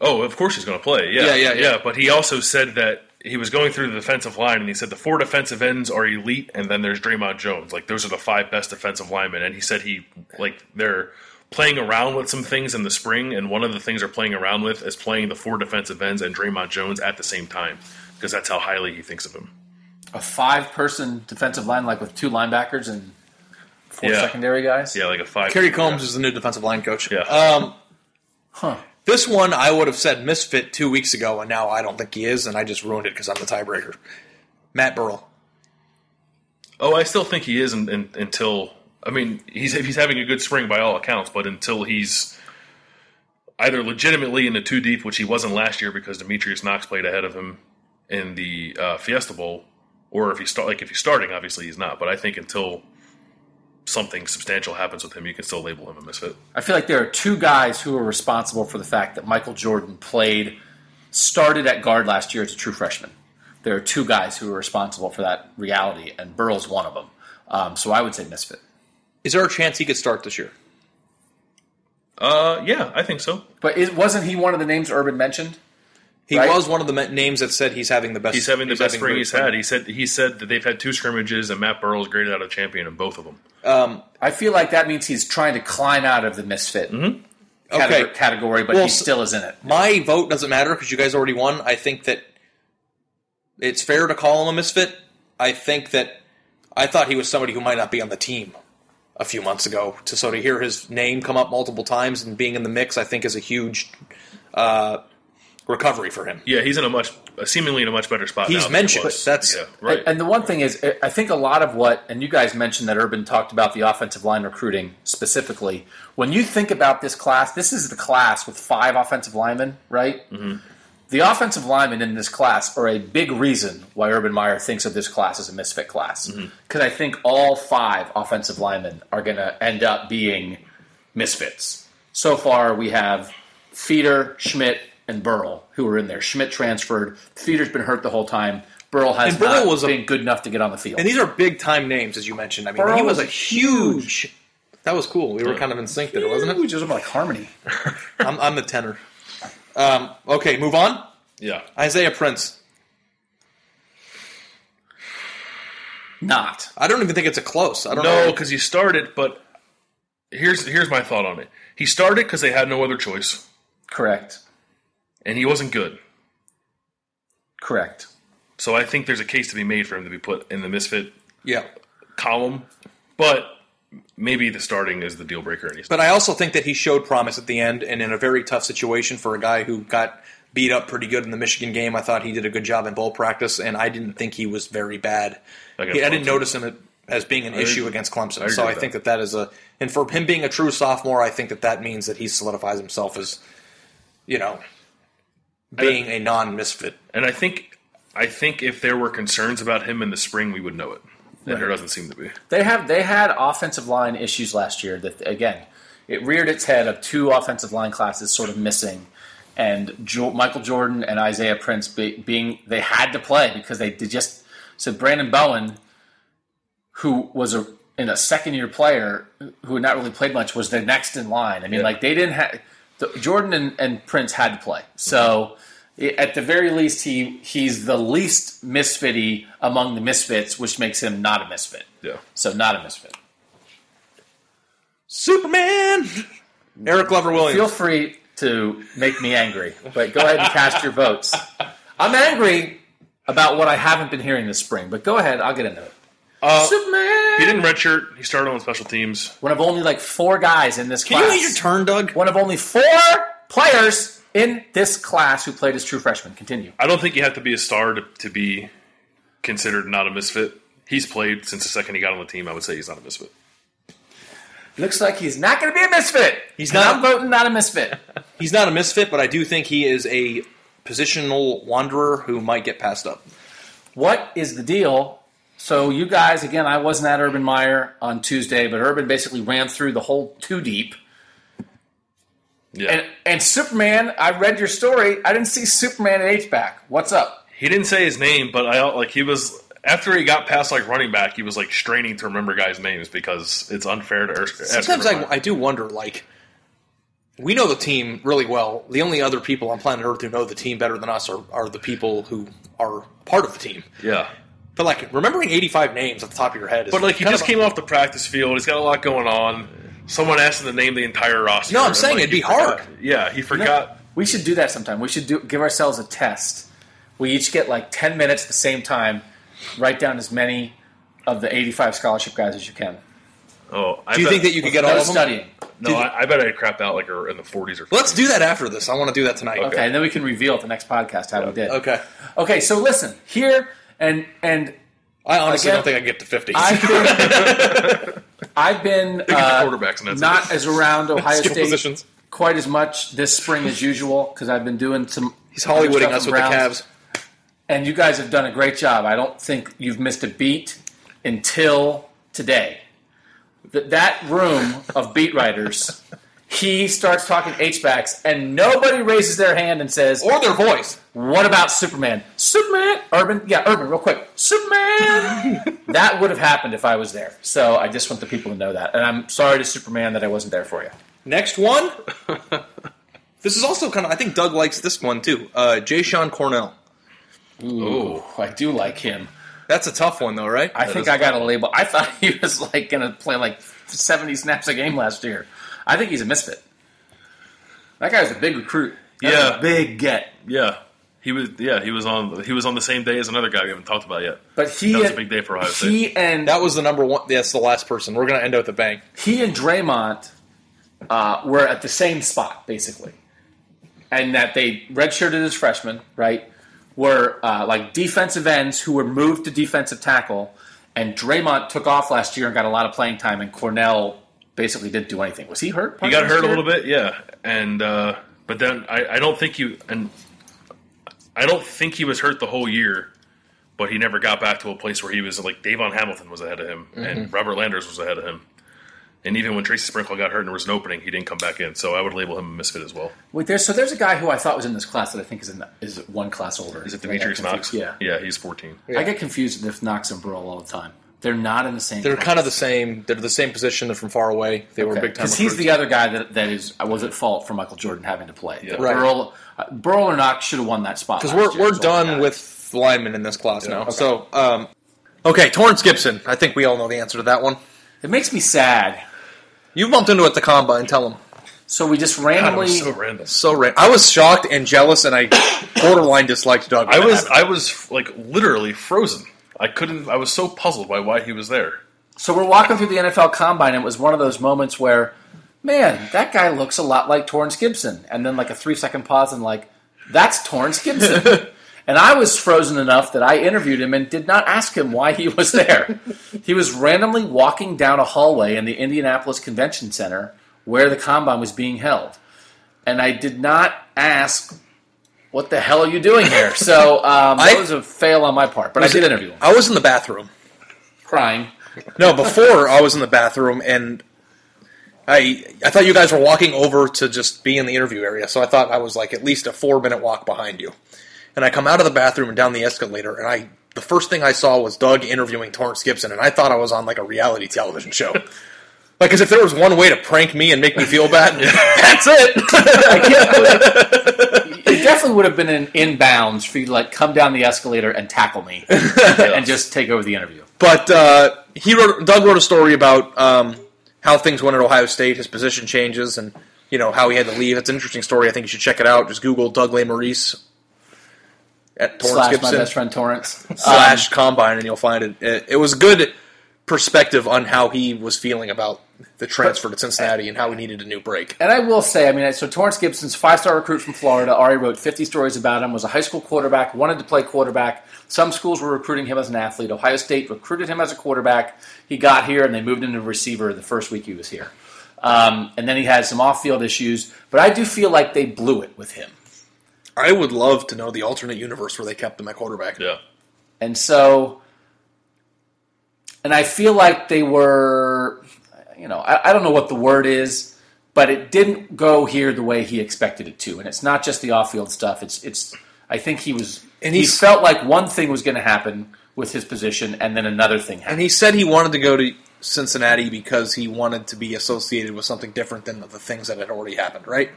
S3: oh, of course he's going to play, yeah,
S2: Yeah, yeah, yeah.
S3: But he also said that he was going through the defensive line, and he said the four defensive ends are elite, and then there's Draymond Jones. Like those are the five best defensive linemen, and he said he like they're playing around with some things in the spring, and one of the things they're playing around with is playing the four defensive ends and Draymond Jones at the same time because that's how highly he thinks of him.
S1: A five-person defensive line, like with two linebackers and four
S3: Yeah.
S1: secondary guys.
S3: Yeah, like a five.
S2: Kerry Combs is the new defensive line coach.
S3: Yeah.
S2: Um,
S1: Huh.
S2: this one I would have said misfit two weeks ago, and now I don't think he is, and I just ruined it because I'm the tiebreaker. Matt Burrell.
S3: Oh, I still think he is in, in, until I mean he's he's having a good spring by all accounts, but until he's either legitimately in the two deep, which he wasn't last year because Demetrius Knox played ahead of him in the uh, Fiesta Bowl, or if he start like if he's starting, obviously he's not. But I think until something substantial happens with him, you can still label him a misfit.
S1: I feel like there are two guys who are responsible for the fact that Michael Jordan played, started at guard last year as a true freshman. There are two guys who are responsible for that reality, and Burrow's one of them. Um, so I would say misfit.
S2: Is there a chance he could start this year?
S3: Uh, yeah, I think so.
S1: But it, wasn't he one of the names Urban mentioned?
S2: He
S1: Right.
S2: was one of the men- names that said he's having the best.
S3: He's having the best spring
S2: great
S3: he's had. He said he said that they've had two scrimmages, and Matt Burrell's graded out a champion in both of them.
S1: I feel like that means he's trying to climb out of the misfit
S2: Mm-hmm. Okay.
S1: category, category, but
S2: Well,
S1: he
S2: so-
S1: still is in it.
S2: My vote doesn't matter because you guys already won. I think that it's fair to call him a misfit. I think that I thought he was somebody who might not be on the team a few months ago. To so to hear his name come up multiple times and being in the mix, I think is a huge uh, recovery for him.
S3: Yeah, he's in a much uh, seemingly in a much better spot.
S2: He's
S3: now than he
S2: mentioned,
S3: was.
S2: but that's-
S3: yeah, right.
S1: And the one thing is, I- I think a lot of what, and you guys mentioned that Urban talked about the offensive line recruiting specifically. When you think about this class, this is the class with five offensive linemen, right? The offensive linemen in this class are a big reason why Urban Meyer thinks of this class as a misfit class. Because I think all five offensive linemen are going to end up being misfits. So far, we have Feeder, Schmidt, and Burl, who are in there. Schmidt transferred. Feeder's been hurt the whole time. Burl has
S2: And Burl
S1: not
S2: was a-
S1: been good enough to get on the field.
S2: And these are big time names, as you mentioned. I mean, he
S1: Burrow
S2: was
S1: was
S2: a huge. That was cool. We were kind of in sync there, wasn't
S1: Ooh,
S2: it?
S1: just like harmony.
S2: I'm, I'm the tenor. Um, okay, move on.
S3: yeah.
S2: Isaiah Prince.
S1: Not.
S2: I don't even think it's a close. I don't
S3: No,
S2: know.
S3: because he started, but here's here's my thought on it. He started because they had no other choice,
S1: Correct.
S3: and he wasn't good.
S1: Correct.
S3: So I think there's a case to be made for him to be put in the misfit
S2: Yeah.
S3: column, but maybe the starting is the deal breaker. And he's
S2: But I also think that he showed promise at the end and in a very tough situation for a guy who got beat up pretty good in the Michigan game. I thought he did a good job in bowl practice, and I didn't think he was very bad.
S3: I got
S2: He- I didn't
S3: Clemson.
S2: notice him at- as being an issue against Clemson.
S3: I
S2: so
S3: agree
S2: I
S3: with
S2: think that that is a. And for him being a true sophomore, I think that that means that he solidifies himself as, you know, being a non misfit.
S3: and I think I think if there were concerns about him in the spring, we would know it. And there doesn't seem to be.
S1: They have they had offensive line issues last year that again, it reared its head of two offensive line classes sort of missing. And jo- Michael Jordan and Isaiah Prince be- being they had to play because they did just so Brandon Bowen, who was a in a second year player who had not really played much, was the next in line. I mean, like they didn't have the, Jordan and, and Prince had to play. So i- at the very least, he he's the least misfitty among the misfits, which makes him not a misfit.
S3: Yeah.
S1: So not a misfit.
S2: Superman! Eric Glover Williams.
S1: Feel free to make me angry, but go ahead and cast your votes. I'm angry about what I haven't been hearing this spring, but go ahead. I'll get into it.
S2: Uh,
S1: Superman.
S3: He didn't redshirt. He started on special teams.
S1: One of only like four guys in this
S2: Can
S1: class.
S2: you eat your turn, Doug?
S1: One of only four players in this class who played as true freshmen. Continue.
S3: I don't think you have to be a star to, to be considered not a misfit. He's played since the second he got on the team. I would say he's not a misfit.
S1: Looks like he's not going to be a misfit.
S2: He's
S1: And
S2: not.
S1: I'm voting not a misfit.
S2: He's not a misfit, but I do think he is a positional wanderer who might get passed up.
S1: what is the deal? So you guys, again, I wasn't at Urban Meyer on Tuesday, but Urban basically ran through the whole two deep.
S3: Yeah.
S1: And and Superman, I read your story. I didn't see Superman at H back. What's up?
S3: he didn't say his name, but I like he was after he got past like running back, he was like straining to remember guys' names because it's unfair to.
S2: Sometimes I, I do wonder, like, we know the team really well. The only other people on planet Earth who know the team better than us are, are the people who are part of the team.
S3: yeah.
S2: But, like, remembering 85 names at the top of your head is.
S3: But like he
S2: kind
S3: just
S2: of-
S3: came off the practice field. He's got a lot going on. Someone asked him to name the entire roster.
S2: No, I'm
S3: and,
S2: saying
S3: like,
S2: it'd
S3: he
S2: be
S3: forgot.
S2: hard.
S3: Yeah, he forgot.
S1: We should do that sometime. We should do give ourselves a test. We each get like ten minutes at the same time. Write down as many of the eighty-five scholarship guys as you can.
S3: Oh, I
S2: Do you
S3: bet-
S2: think that you could get all
S1: No
S2: of them?
S1: studying.
S3: No, I, I bet I'd crap out like in the 40s or. 50s.
S2: Let's do that after this. I want to do that tonight.
S1: Okay, and then we can reveal at the next podcast how we did.
S2: Okay.
S1: Okay. So listen here, and and
S2: I honestly
S1: Again,
S2: don't think I can get to 50.
S1: I've been, I've been uh,
S3: quarterbacks and that's
S1: not
S3: it.
S1: as around Ohio
S2: Skill
S1: State
S2: positions.
S1: quite as much this spring as usual because I've been doing some.
S2: He's Hollywooding
S1: stuff
S2: us
S1: in
S2: with the
S1: Browns,
S2: Cavs.
S1: and you guys have done a great job. I don't think you've missed a beat until today. That that room of beat writers, he starts talking H backs, and nobody raises their hand and says,
S2: Or their voice.
S1: what about Superman? Superman, Urban, yeah, Urban, real quick. Superman. that would have happened if I was there. So I just want the people to know that, and I'm sorry to Superman that I wasn't there for you.
S2: Next one. this is also kind of. I think Doug likes this one too. Uh, Jay Sean Cornell.
S1: Ooh, I do like him.
S2: That's a tough one though, right?
S1: I think I got a label. I thought he was like going to play like 70 snaps a game last year. I think he's a misfit. That guy was a big recruit. That was
S3: Yeah.
S1: a big get.
S3: Yeah, he was. Yeah, he was on. He was on the same day as another guy we haven't talked about yet.
S1: But he
S3: That was
S1: and-
S3: a big day for Ohio State.
S1: He and
S2: that was the number one. That's the last person. We're gonna end up with a bang.
S1: he and Draymond uh, were at the same spot basically, and that they redshirted as freshmen, right? Were uh, like defensive ends who were moved to defensive tackle, and Draymond took off last year and got a lot of playing time, and Cornell basically didn't do anything. Was he hurt?
S3: He got hurt a little bit, yeah, and uh, but then I, I don't think you and I don't think he was hurt the whole year, but he never got back to a place where he was like Davon Hamilton was ahead of him and Robert Landers was ahead of him, and even when Tracy Sprinkle got hurt and there was an opening, he didn't come back in. So I would label him a misfit as well.
S1: Wait, there's, so there's a guy who I thought was in this class that I think is in the, is one class older.
S3: Is it Demetrius Knox?
S1: Yeah.
S3: yeah, he's fourteen.
S1: I get confused with Knox and Burrow all the time. They're not in the same.
S2: They're
S1: class.
S2: kind of the same. They're the same position. They're from far away. They were big time.
S1: Because he's the
S2: recruits.
S1: other guy that, that is was at fault for Michael Jordan having to play. Yeah.
S2: Right.
S1: Burl, uh, Burl or Knox should have won that spot.
S2: Because
S1: last
S2: we're
S1: year,
S2: we're
S1: is all I
S2: done
S1: got.
S2: with the linemen in this class now. So, um, okay, Torrance Gibson. I think we all know the answer to that one.
S1: It makes me sad.
S2: You bumped into it at the combine. Tell him.
S1: So we just
S3: God, it
S1: randomly.
S3: was so random.
S2: So right. I was shocked and jealous, and I borderline disliked Doug. when
S3: I
S2: that
S3: was
S2: happened.
S3: I was like literally frozen. I couldn't. I was so puzzled by why he was there.
S1: so we're walking through the NFL Combine, and it was one of those moments where, man, that guy looks a lot like Torrance Gibson, and then like a three second pause, and like, that's Torrance Gibson. and I was frozen enough that I interviewed him and did not ask him why he was there. he was randomly walking down a hallway in the Indianapolis Convention Center where the combine was being held. and I did not ask, "What the hell are you doing here?" So um, that
S2: I-
S1: was a fail on my part, but I did interview him,
S2: I was in the bathroom.
S1: crying.
S2: No, before I was in the bathroom and I I thought you guys were walking over to just be in the interview area, so I thought I was like at least a four minute walk behind you. And I come out of the bathroom and down the escalator and I the first thing I saw was Doug interviewing Torrance Gibson and I thought I was on like a reality television show. Like as if there was one way to prank me and make me feel bad, that's it.
S1: It definitely would have been an inbounds for you to like come down the escalator and tackle me and just take over the interview.
S2: But uh, he wrote Doug wrote a story about um, how things went at Ohio State, his position changes, and you know how he had to leave. It's an interesting story. I think you should check it out. Just Google Doug Maurice at Torrance
S1: Slash my
S2: Gibson
S1: best friend Torrance.
S2: slash combine, and you'll find it. it. It was good perspective on how he was feeling about the transfer to Cincinnati and how he needed a new break.
S1: And I will say, I mean, so Torrance Gibson's five star recruit from Florida. Ari wrote 50 stories about him, was a high school quarterback, wanted to play quarterback. Some schools were recruiting him as an athlete. Ohio State recruited him as a quarterback. He got here and they moved him to receiver the first week he was here. Um, and then he had some off field issues. But I do feel like they blew it with him.
S2: I would love to know the alternate universe where they kept him at quarterback.
S3: Yeah.
S1: And so, and I feel like they were, you know, I, I don't know what the word is, but it didn't go here the way he expected it to. And it's not just the off-field stuff. It's it's. I think he was,
S2: And
S1: and he
S2: he's-
S1: felt like one thing was going to happen with his position, and then another thing happened.
S2: And he said he wanted to go to Cincinnati because he wanted to be associated with something different than the things that had already happened, right?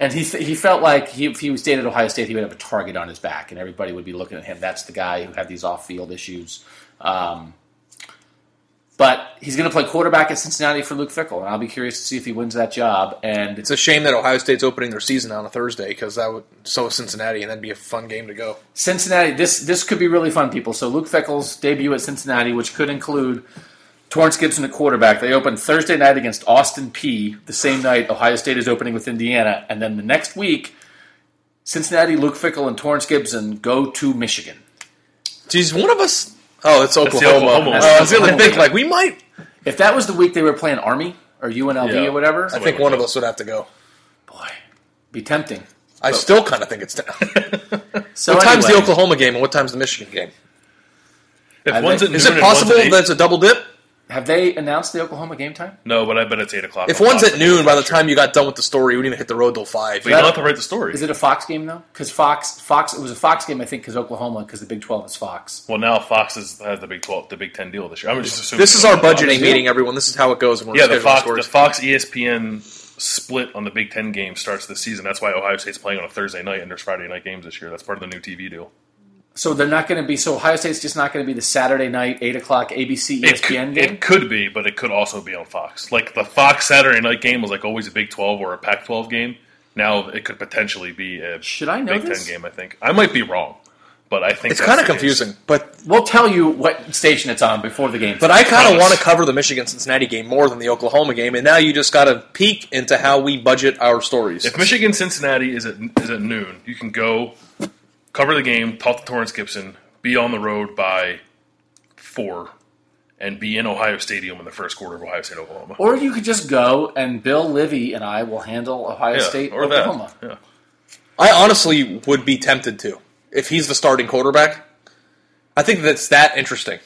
S1: And he, he felt like he, if he stayed at Ohio State, he would have a target on his back, and everybody would be looking at him. That's the guy who had these off field issues. Um, but he's going to play quarterback at Cincinnati for Luke Fickle, and I'll be curious to see if he wins that job. And
S2: It's a shame that Ohio State's opening their season on a Thursday because that would so is Cincinnati, and that'd be a fun game to go.
S1: Cincinnati, this this could be really fun, people. So Luke Fickle's debut at Cincinnati, which could include Torrance Gibson at quarterback. They open Thursday night against Austin P. The same night Ohio State is opening with Indiana, and then the next week, Cincinnati, Luke Fickle, and Torrance Gibson go to Michigan.
S2: Geez, one of us. Oh, it's
S3: the
S2: Oklahoma.
S3: Oklahoma
S2: Uh, I was going to
S1: Oklahoma.
S2: think like we might.
S1: If that was the week they were playing Army or UNLV
S3: Yeah.
S1: or whatever,
S2: I think one of us would have to go.
S1: boy, be tempting.
S2: I still kind of think it's. what
S1: So
S2: time's the
S1: anyway,
S2: Oklahoma game and what time's the Michigan game?
S3: If
S1: I
S3: one's
S1: think-
S3: at
S2: Is
S3: noon
S2: it
S3: and one's
S2: possible
S3: at eight-
S2: that it's a double dip?
S1: Have they announced the Oklahoma game time?
S3: no? But I bet it's eight o'clock.
S2: If
S3: on
S2: one's
S3: Fox.
S2: at noon, by the time you got done with the story, you wouldn't even hit the road till five.
S3: but you don't have to write the story.
S1: Is it a Fox game though? Because Fox, Fox, it was a Fox game I think because Oklahoma, because the Big Twelve is Fox.
S3: well, now Fox is, has the Big Twelve, the Big Ten deal this year. I'm just assuming
S2: This is our
S3: budgeting.
S2: budgeting meeting, everyone. This is how it goes. When we're
S3: Yeah, the
S2: scheduling
S3: Fox, the
S2: stories.
S3: Fox E ESPN split on the Big Ten game starts this season. That's why Ohio State's playing on a Thursday night and there's Friday night games this year. That's part of the new TV deal.
S1: So they're not going to be. So Ohio State's just not going to be the Saturday night eight o'clock ABC
S3: It could,
S1: ESPN game.
S3: it could be, but it could also be on Fox. Like the Fox Saturday night game was like always a Big Twelve or a Pac twelve game. Now it could potentially be a
S1: Should I know
S3: Big
S1: this?
S3: Ten game. I think I might be wrong, but I think
S2: It's
S3: that's
S2: kind of
S3: the case.
S2: confusing, but
S1: We'll tell you what station it's on before the game.
S2: but I kind of
S3: Promise.
S2: want to cover the Michigan Cincinnati game more than the Oklahoma game. And now you just got to peek into how we budget our stories.
S3: If Michigan Cincinnati is at is at noon, you can go cover the game, talk to Torrance Gibson, be on the road by four, and be in Ohio Stadium in the first quarter of Ohio State Oklahoma.
S1: or you could just go and Bill Livy and I will handle Ohio
S3: Yeah,
S1: State
S3: or that.
S1: Oklahoma.
S3: Yeah.
S2: I honestly would be tempted to if he's the starting quarterback. I think that's that interesting.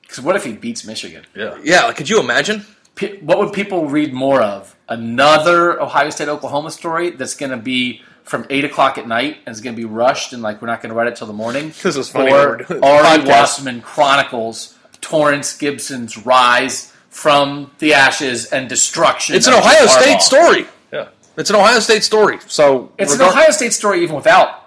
S1: Because what if he beats Michigan?
S3: Yeah.
S2: Yeah, like, could you imagine?
S1: Pe- what would people read more of? Another Ohio State Oklahoma story that's going to be from eight o'clock at night and it's going to be rushed and like we're not going to write it till the morning.
S2: This is funny when we're
S1: Or
S2: doing the
S1: Ari
S2: podcast.
S1: Wasserman chronicles Torrance Gibson's rise from the ashes and destruction.
S2: It's an
S1: of
S2: Ohio
S1: Harbaugh.
S2: State story.
S3: Yeah.
S2: It's an Ohio State story. So
S1: It's an
S2: regard-
S1: Ohio State story even without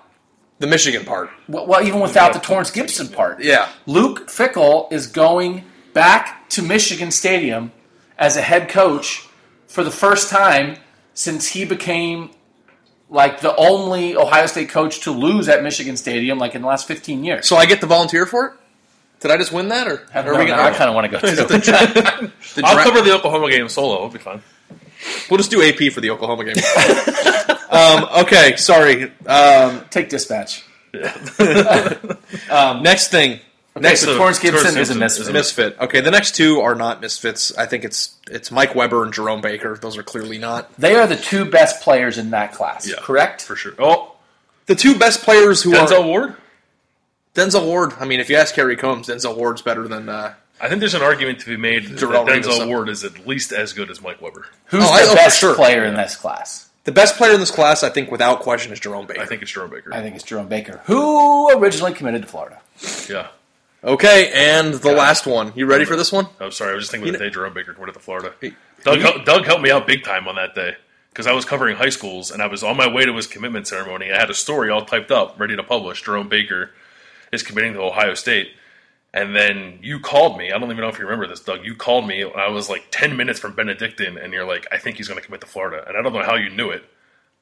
S2: the Michigan part.
S1: well even without the Torrance Gibson part.
S2: Yeah.
S1: Luke Fickle is going back to Michigan Stadium as a head coach for the first time since he became like the only Ohio State coach to lose at Michigan Stadium like in the last 15 years.
S2: So I get to volunteer for it. Did I just win that, or
S1: I,
S2: are we gonna?
S1: I kind of want to go
S2: Is it
S1: to.
S2: the dra- the
S3: I'll
S2: dra-
S3: cover the Oklahoma game solo. It'll be fun.
S2: We'll just do AP for the Oklahoma game. um, okay, sorry. Um,
S1: Take dispatch.
S2: next thing. next
S3: so-
S1: Torrance Gibson
S3: Torrance
S1: is a
S3: Gibson
S1: misfit.
S3: is a
S2: misfit. Okay, the next two are not misfits. I think it's it's Mike Weber and Jerome Baker. Those are clearly not
S1: They are the two best players in that class,
S3: Yeah.
S1: correct?
S3: For sure. Oh,
S2: the two best players who
S3: Denzel
S2: are
S3: Ward?
S2: Denzel Ward. I mean, if you ask Kerry Combs, Denzel Ward's better than. Uh,
S3: I think there's an argument to be made that
S2: Darrell Revis
S3: Denzel
S2: up.
S3: Ward is at least as good as Mike Weber.
S1: Who's
S2: Oh, I-
S1: the
S2: oh, for
S1: best
S2: sure.
S1: player in this class?
S2: the best player in this class, I think, without question, is Jerome Baker.
S3: I think it's Jerome Baker.
S1: I think it's Jerome Baker, who originally committed to Florida.
S3: yeah.
S2: Okay, and the last one. You ready for this one?
S3: I'm Oh, sorry. I was just thinking
S2: You
S3: of the
S2: know-
S3: day Jerome Baker went to Florida. Doug, hel- Doug helped me out big time on that day because I was covering high schools and I was on my way to his commitment ceremony. I had a story all typed up, ready to publish. Jerome Baker is committing to Ohio State. And then you called me. I don't even know if you remember this, Doug. You called me, and I was like 10 minutes from Benedictine, and you're like, I think he's going to commit to Florida. And I don't know how you knew it,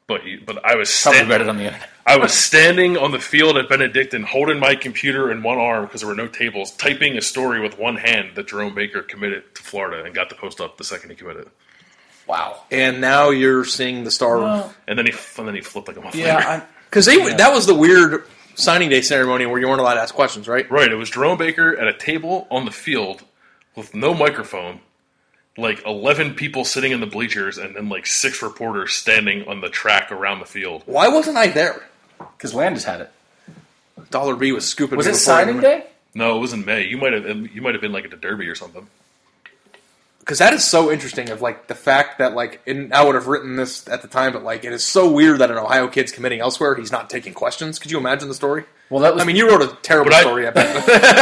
S3: But you- but I was
S1: Probably
S3: stand-
S1: read it on the internet.
S3: I was standing on the field at Benedictine, holding my computer in one arm because there were no tables, typing a story with one hand that Jerome Baker committed to Florida and got the post up the second he committed.
S1: Wow.
S2: and now you're seeing the star
S3: And then he f- and then he flipped like a month later.
S1: Yeah.
S2: because they that was the weird signing day ceremony where you weren't allowed to ask questions, right?
S3: Right, it was Jerome Baker at a table on the field with no microphone, like 11 people sitting in the bleachers, and then like six reporters standing on the track around the field.
S2: Why wasn't I there?
S1: Because Landis had it.
S2: Dollar B was scooping.
S1: Was
S2: me
S1: it
S2: before
S1: signing day?
S3: No, it was in May. You might have you might have been like at the Derby or something.
S2: because that is so interesting of like the fact that like and I would have written this at the time, but like it is so weird that an Ohio kid's committing elsewhere. He's not taking questions. Could you imagine the story?
S1: Well, that was-
S2: I mean, you wrote a terrible
S3: But I-
S2: story. I bet.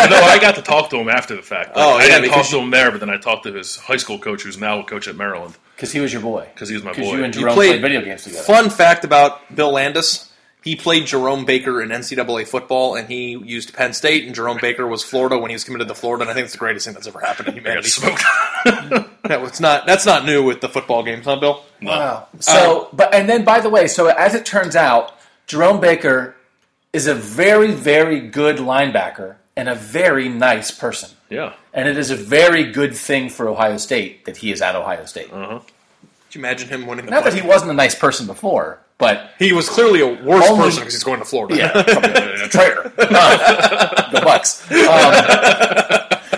S3: no, I got to talk to him after the fact. Like,
S2: Oh,
S3: I
S2: yeah,
S3: didn't talk
S2: because
S3: to him there, but then I talked to his high school coach, who's now a coach at Maryland,
S1: Because he was your boy.
S3: because he was my
S1: Because
S3: boy.
S1: you and
S2: You
S1: Jerome played, video games together.
S2: Fun fact about Bill Landis: he played Jerome Baker in NCAA football, and he used Penn State, and Jerome Baker was Florida when he was committed to Florida. And I think it's the greatest thing that's ever happened to
S3: I got
S2: humanity.
S3: smoked.
S2: that was not that's not new with the football games, huh, Bill?
S1: Wow. So, but and then by the way, so as it turns out, Jerome Baker is a very, very good linebacker and a very nice person.
S3: yeah.
S1: And it is a very good thing for Ohio State that he is at Ohio State.
S3: Uh-huh.
S2: Could you imagine him winning? The
S1: Not that
S2: Heisman?
S1: he wasn't a nice person before, but
S2: he was clearly a worse person
S1: Only-
S2: 'cause person because he's going to Florida.
S1: yeah, probably a traitor. Uh, the Bucks.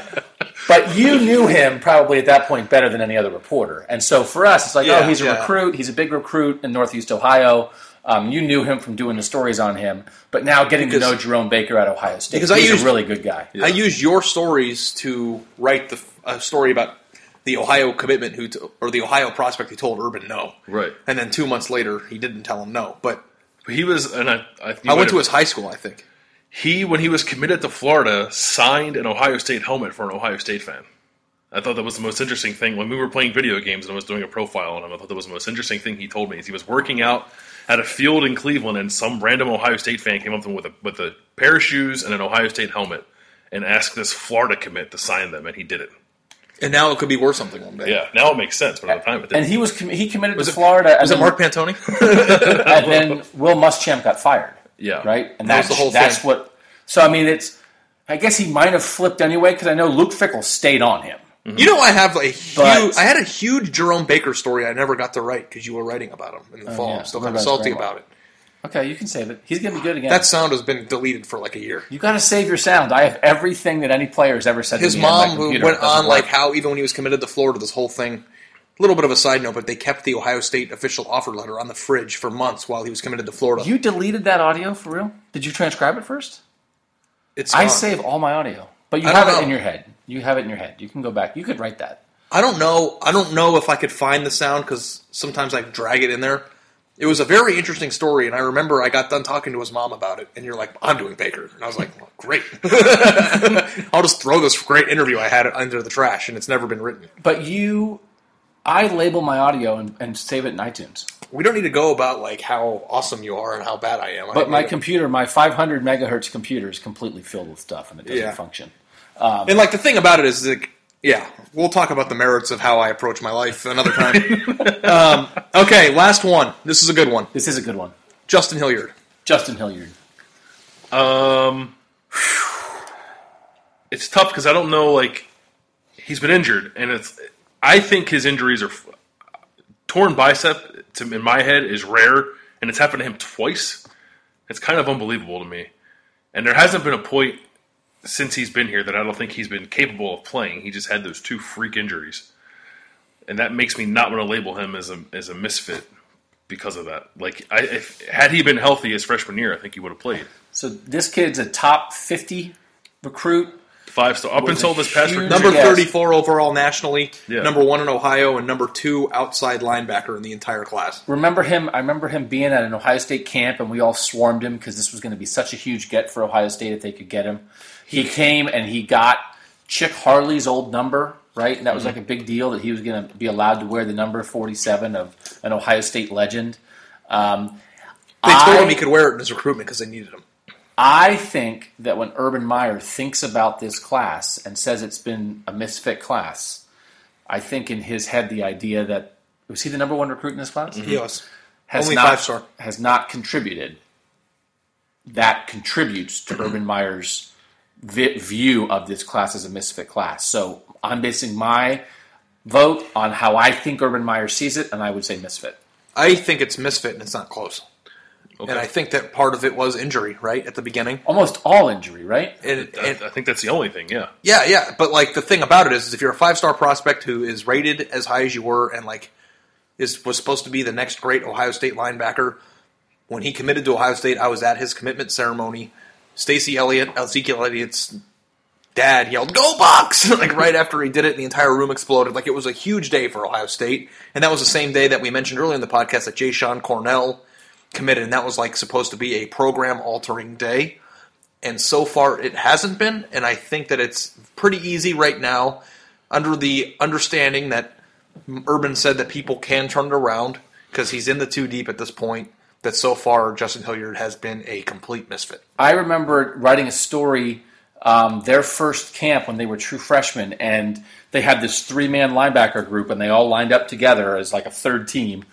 S1: Um, but you knew him probably at that point better than any other reporter, and so for us, it's like,
S2: Yeah,
S1: oh, he's a
S2: yeah.
S1: recruit. He's a big recruit in Northeast Ohio. Um, you knew him from doing the stories on him, but now getting
S2: Because-
S1: to know Jerome Baker at Ohio State,
S2: Because I
S1: he's
S2: used-
S1: a really good guy.
S2: I used your stories to write the a story about the Ohio commitment who t- or the Ohio prospect who told Urban no.
S3: Right.
S2: And then 2 months later he didn't tell him no, but
S3: But he was, and I, I,
S2: I went to his high school, I think.
S3: He, when he was committed to Florida, signed an Ohio State helmet for an Ohio State fan. I thought that was the most interesting thing when we were playing video games and I was doing a profile on him. I thought that was the most interesting thing he told me is he was working out at a field in Cleveland and some random Ohio State fan came up to him with a with a pair of shoes and an Ohio State helmet and asked this Florida commit to sign them and he did it.
S2: And now it could be worth something one day.
S3: Yeah, now it makes sense, but at the time it didn't.
S1: And he was com- he committed to Florida,
S2: Was
S1: and,
S2: it Mark
S1: then,
S2: Pantoni?
S1: and then Will Muschamp got fired.
S3: Yeah.
S1: right, and
S2: That
S1: that's
S2: was the whole
S1: that's
S2: thing.
S1: what. So I mean, it's I guess he might have flipped anyway because I know Luke Fickle stayed on him.
S2: you know I have a huge
S1: But-
S2: I had a huge Jerome Baker story I never got to write cuz you were writing about him in the fall.
S1: Oh, yeah.
S2: I'm still
S1: What
S2: kind of
S1: about
S2: salty
S1: Graham?
S2: about it.
S1: Okay, you can save it. He's gonna be good again.
S2: That sound has been deleted for like a year.
S1: You gotta save your sound. I have everything that any player has ever said
S2: His
S1: to me. on
S2: mom
S1: my
S2: who
S1: computer.
S2: went
S1: It doesn't
S2: on
S1: work.
S2: like how even when he was committed to Florida, this whole thing. A little bit of a side note, but they kept the Ohio State official offer letter on the fridge for months while he was committed to Florida.
S1: You deleted that audio for real? Did you transcribe it first?
S2: it's
S1: I
S2: gone.
S1: save all my audio. But you
S2: I
S1: have
S2: don't
S1: it
S2: know.
S1: in your head. You have it in your head. You can go back. You could write that.
S2: I don't know. I don't know if I could find the sound because sometimes I drag it in there. It was a very interesting story, and I remember I got done talking to his mom about it, and you're like, "I'm doing Baker," and I was like, well, "Great, I'll just throw this great interview I had under the trash, and it's never been written."
S1: But you I label my audio and, and save it in iTunes.
S2: We don't need to go about like how awesome you are and how bad I am. I
S1: But my
S2: mean,
S1: computer, my 500 megahertz computer, is completely filled with stuff and it doesn't
S2: Yeah.
S1: function.
S2: And like the thing about it is, like, yeah, we'll talk about the merits of how I approach my life another time. um, okay, last one. This is a good one.
S1: This is a good one.
S2: Justin Hilliard.
S1: Justin Hilliard.
S3: Um, it's tough because I don't know. Like, he's been injured, and it's. I think his injuries are torn bicep. To, in my head, is rare, and it's happened to him twice. It's kind of unbelievable to me, and there hasn't been a point since he's been here that I don't think he's been capable of playing. He just had those two freak injuries, and that makes me not want to label him as a as a misfit because of that. Like, I, if, had he been healthy his freshman year, I think he would have played.
S1: So this kid's a top 50 recruit.
S3: Five star up until this past
S1: huge-
S2: Number
S3: number.
S1: Yes.
S2: 34 overall nationally,
S3: Yeah.
S2: number one in Ohio, and number two outside linebacker in the entire class.
S1: remember him i remember him being at an ohio state camp and we all swarmed him because this was going to be such a huge get for ohio state if they could get him he came and he got chick harley's old number right and that
S2: Mm-hmm.
S1: was like a big deal that he was going to be allowed to wear the number 47 of an ohio state legend um,
S2: They told
S1: I-
S2: him he could wear it in his recruitment because they needed him.
S1: I think that when Urban Meyer thinks about this class and says it's been a misfit
S2: Mm-hmm.
S3: Hmm.
S1: class, I think in his head the idea that was he the number one recruit in this class?
S2: He was.
S1: has
S2: Only
S1: not,
S2: five star.
S1: has not contributed. That contributes to Urban Meyer's vi- view of this class as a misfit class. So I'm basing my vote on how I think Urban Meyer sees it, and I would say misfit.
S2: I think it's misfit and it's not close. And I think that part of it was injury, right, at the beginning.
S1: Almost all injury, right?
S2: And,
S3: I,
S2: and
S3: I think that's the only thing. Yeah,
S2: yeah, yeah, but like the thing about it is, is if you're a five star prospect who is rated as high as you were and like is was supposed to be the next great Ohio State linebacker, when he committed to Ohio State, I was at his commitment ceremony. Stacy Elliott, Ezekiel Elliott's dad yelled "Go Bucks!" like right after he did it, and the entire room exploded. Like it was a huge day for Ohio State, and that was the same day that we mentioned earlier in the podcast that Jay Sean Cornell committed, and that was like supposed to be a program altering day. And so far, it hasn't been, and I think that it's pretty easy right now, under the understanding that Urban said that people can turn it around because he's in the two deep at this point. That so far, Justin Hilliard has been a complete misfit.
S1: I remember writing a story um, their first camp when they were true freshmen, and they had this three man linebacker group, and they all lined up together as like a third team.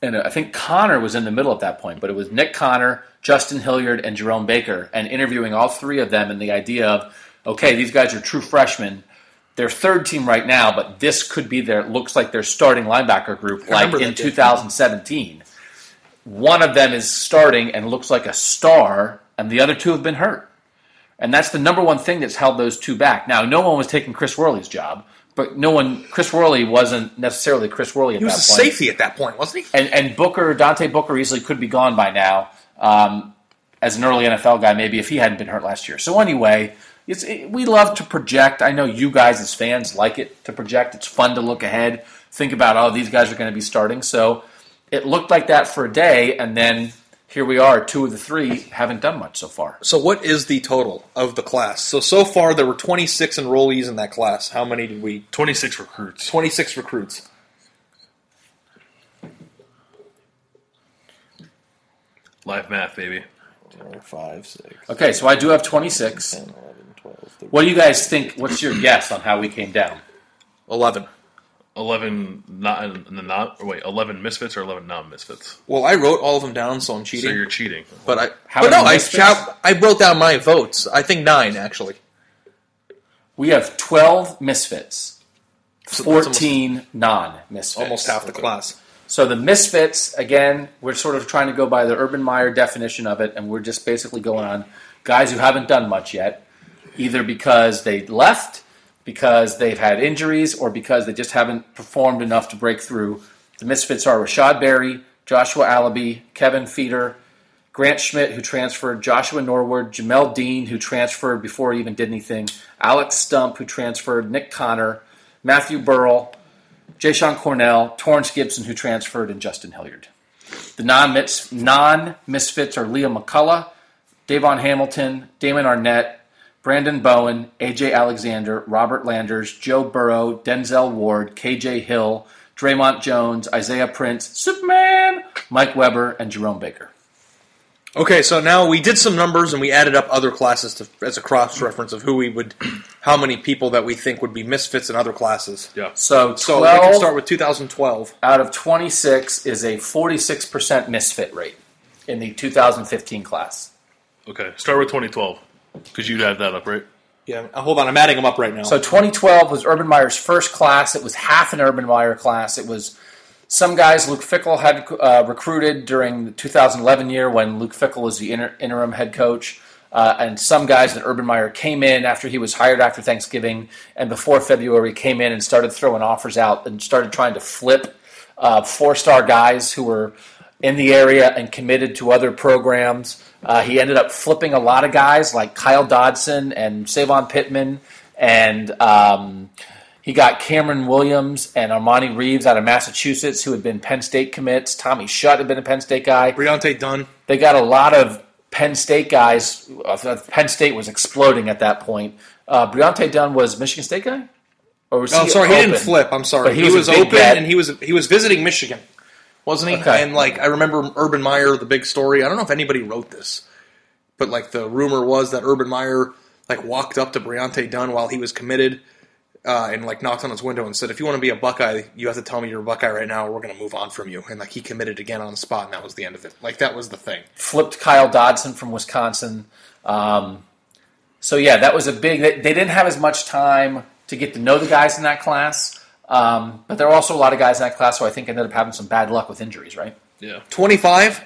S1: And uh, I think Connor was in the middle at that point, but it was Nick Connor, Justin Hilliard, and Jerome Baker, and interviewing all three of them and the idea of, okay, these guys are true freshmen. They're third team right now, but this could be their looks like their starting linebacker group, like
S2: remember
S1: in
S2: that day.
S1: 2017 one of them is starting and looks like a star, and the other two have been hurt. And that's the number one thing that's held those two back. Now, no one was taking Chris Worley's job, but no one, Chris Worley wasn't necessarily Chris Worley at
S2: He was
S1: that
S2: a
S1: point.
S2: safety at that point, wasn't he?
S1: And, and Booker, Dante Booker easily could be gone by now um, as an early NFL guy, maybe if he hadn't been hurt last year. So, anyway, it's, it, we love to project. I know you guys as fans like it to project. It's fun to look ahead, think about, oh, these guys are going to be starting. So, it looked like that for a day, and then here we are, two of the three haven't done much so far.
S2: So what is the total of the class? So so far there were 26 enrollees in that class. How many did we?
S3: twenty six recruits.
S2: 26 recruits.
S3: Live math, baby.
S4: Five, six,
S1: Okay, so I do have 26.
S4: ten, eleven, twelve, thirteen.
S1: What do you guys think? What's your guess on how we came down?
S2: 11.
S3: 11 not and the not or wait 11 misfits or 11 non misfits
S2: Well, I wrote all of them down, so I'm
S3: so
S2: cheating.
S3: you're cheating
S2: but I,
S1: How
S2: but no,
S1: many
S2: I,
S1: misfits?
S2: shout, I wrote down my votes. I think nine actually.
S1: We have 12 misfits,
S2: that's almost-
S1: 14 non misfits.
S2: Almost half the class.
S1: So the misfits, again, we're sort of trying to go by the Urban Meyer definition of it, and we're just basically going on guys who haven't done much yet, either because they left, because they've had injuries, or because they just haven't performed enough to break through. The misfits are Rashad Berry, Joshua Alibi, Kevin Feeder, Grant Schmidt, who transferred, Joshua Norwood, Jamel Dean, who transferred before he even did anything, Alex Stump, who transferred, Nick Connor, Matthew Burrell, Jay Sean Cornell, Torrance Gibson, who transferred, and Justin Hilliard. The non-mis- non-misfits are Leah McCullough, Davon Hamilton, Damon Arnett, Brandon Bowen, AJ Alexander, Robert Landers, Joe Burrow, Denzel Ward, KJ Hill, Draymond Jones, Isaiah Prince, Superman, Mike Weber, and Jerome Baker.
S2: Okay, so now we did some numbers and we added up other classes to, as a cross reference of who we would, how many people that we think would be misfits in other classes.
S3: yeah
S1: So,
S2: So
S1: 12
S2: we can start with 2012.
S1: out of 26 is a 46% misfit rate in the 2015 class.
S3: okay start with 2012 because you'd have that up right
S2: Yeah, hold on, I'm adding them up right now.
S1: So 2012 was Urban Meyer's first class. It was half an Urban Meyer class. It was some guys Luke Fickle had uh, recruited during the 2011 year when Luke Fickle was the inter- interim head coach, uh, and some guys that Urban Meyer came in after he was hired after Thanksgiving and before February came in and started throwing offers out and started trying to flip uh, four star guys who were in the area and committed to other programs. Uh, he ended up flipping a lot of guys like Kyle Dodson and Savon Pittman, and um, he got Cameron Williams and Armani Reeves out of Massachusetts, who had been Penn State commits. Tommy Shutt had been a Penn State guy.
S2: Briante Dunn.
S1: They got a lot of Penn State guys. Uh, Penn State was exploding at that point. Uh, Briante Dunn was Michigan State guy. Or was
S2: Oh, sorry, he didn't
S1: open?
S2: flip. I'm sorry.
S1: But
S2: he,
S1: he
S2: was,
S1: was a big
S2: open,
S1: bet.
S2: and he was he was visiting Michigan, wasn't he?
S1: Okay.
S2: And like I remember Urban Meyer, the big story. I don't know if anybody wrote this, but like the rumor was that Urban Meyer like walked up to Briante Dunn while he was committed, uh, and like knocked on his window and said, "If you want to be a Buckeye, you have to tell me you're a Buckeye right now, or we're going to move on from you." And like he committed again on the spot, and that was the end of it. Like that was the thing.
S1: flipped Kyle Dodson from Wisconsin. Um, so yeah, that was a big. They, they didn't have as much time to get to know the guys in that class, um, but there were also a lot of guys in that class who I think ended up having some bad luck with injuries. Right?
S3: Yeah.
S2: 25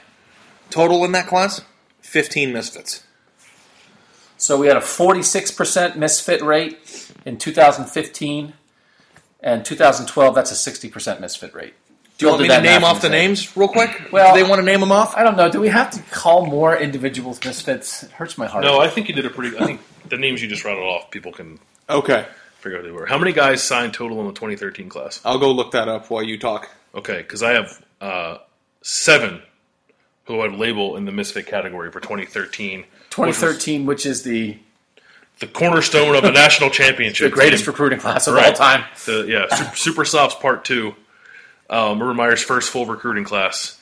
S2: total in that class, 15 misfits.
S1: So we had a 46% misfit rate in 2015, and 2012 that's a 60% misfit rate.
S2: Do you want me
S1: did
S2: to
S1: that
S2: name
S1: math
S2: off
S1: in
S2: the
S1: head.
S2: names real quick?
S1: Well-
S2: do they want to name them off?
S1: I don't know. Do we have to call more individuals misfits? It hurts my heart.
S3: No, I think you did a pretty. I think the names you just rattled off, people can
S2: Okay,
S3: figure out who they were. How many guys signed total in the 2013 class?
S2: I'll go look that up while you talk.
S3: Okay, because I have uh, seven who I'd label in the misfit category for 2013.
S1: 2013, which is the,
S3: The cornerstone of a national
S1: the
S3: championship.
S1: greatest
S3: team.
S1: recruiting class of all
S3: Right.
S1: time.
S3: The, yeah, Super, Super Sops Part 2. Um, Urban Meyer's first full recruiting class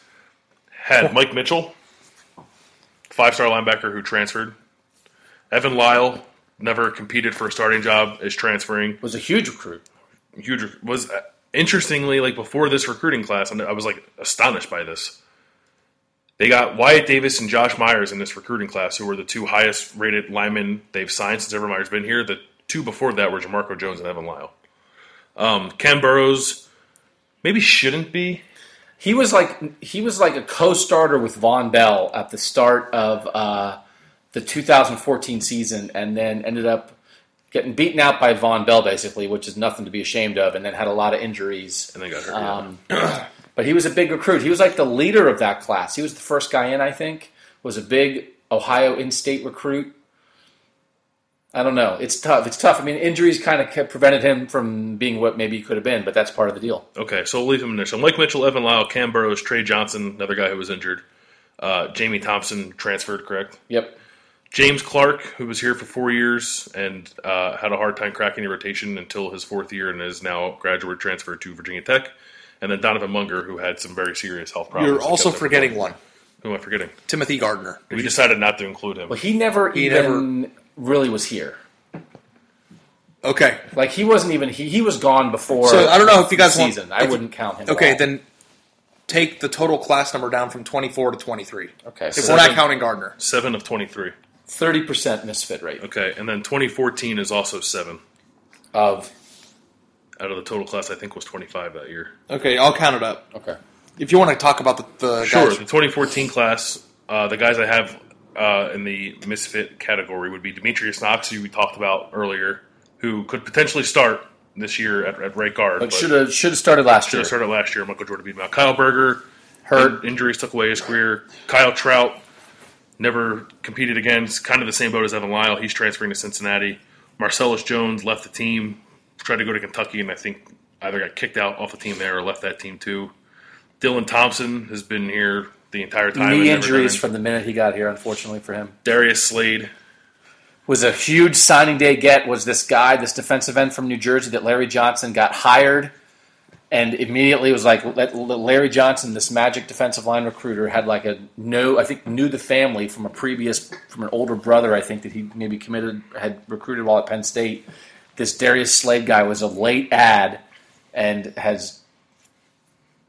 S3: had Mike Mitchell, five star linebacker who transferred. Evan Lyle never competed for a starting job, is transferring.
S1: Was a huge recruit.
S3: huge was uh, interestingly like before this recruiting class and I was like astonished by this. They got Wyatt Davis and Josh Myers in this recruiting class, who were the two highest rated linemen they've signed since Ever Myers been here. The two before that were Jamarco Jones and Evan Lyle. Um, Ken Burrows maybe shouldn't be.
S1: He was like he was like a co-starter with Von Bell at the start of uh, the 2014 season, and then ended up getting beaten out by Von Bell basically, which is nothing to be ashamed of, and then had a lot of injuries.
S3: And they got hurt.
S1: Um, but he was a big recruit. He was like the leader of that class. He was the first guy in, I think. Was a big Ohio in-state recruit. I don't know. It's tough. It's tough. I mean, injuries kind of prevented him from being what maybe he could have been, but that's part of the deal.
S3: yeah. Okay, so we'll leave him in there. So Mike Mitchell, Evan Lyle, Cam Burrows, Trey Johnson, another guy who was injured. Uh, Jamie Thompson transferred, correct?
S1: Yep.
S3: James Clark, who was here for four years and uh, had a hard time cracking the rotation until his fourth year and is now a graduate transfer to Virginia Tech. And then Donovan Munger, who had some very serious health problems.
S2: You're
S3: that
S2: also
S3: kept him-
S2: forgetting one,
S3: Who am I forgetting?
S2: Timothy Gardner.
S3: We decided not to include him.
S1: But he never even really was here.
S2: Okay,
S1: Like he wasn't even he he was gone before.
S2: So, I don't know if you guys want-
S1: season. I
S2: if-
S1: wouldn't count him. at
S2: okay,
S1: all.
S2: then take the total class number down from 24 to 23.
S1: Okay,
S2: if
S1: so
S2: we're
S1: that's
S2: not counting Gardner.
S3: Seven of 23.
S1: thirty percent misfit rate
S3: Okay, and then 2014 is also seven
S1: of
S3: out of the total class, I think, was 25 that year.
S2: Okay, I'll count it up.
S1: okay.
S2: If you want to talk about the, the
S3: Sure.
S2: guys-
S3: The 2014 class, uh, the guys I have uh, in the misfit category would be Demetrius Knox, who we talked about earlier, who could potentially start this year at, at right guard.
S1: But should have should have started last
S3: should
S1: year.
S3: have started last year. Michael Jordan beat him out. Kyle Berger
S1: Hurt.
S3: in- injuries took away his career. Kyle Trout never competed again. It's kind of the same boat as Evan Lyle. He's transferring to Cincinnati. Marcellus Jones left the team, tried to go to Kentucky, and I think either got kicked out off the team there or left that team too. Dylan Thompson has been here the entire time. and
S1: Knee
S3: never done
S1: injuries
S3: it.
S1: from the minute he got here, unfortunately for him.
S3: Darius Slade.
S1: was a huge signing day get was this guy, this defensive end from New Jersey that Larry Johnson got hired and immediately was like let- let Larry Johnson, this magic defensive line recruiter, had like a no I think knew the family from a previous from an older brother, I think that he maybe committed had recruited while at Penn State. This Darius Slade guy was a late ad and has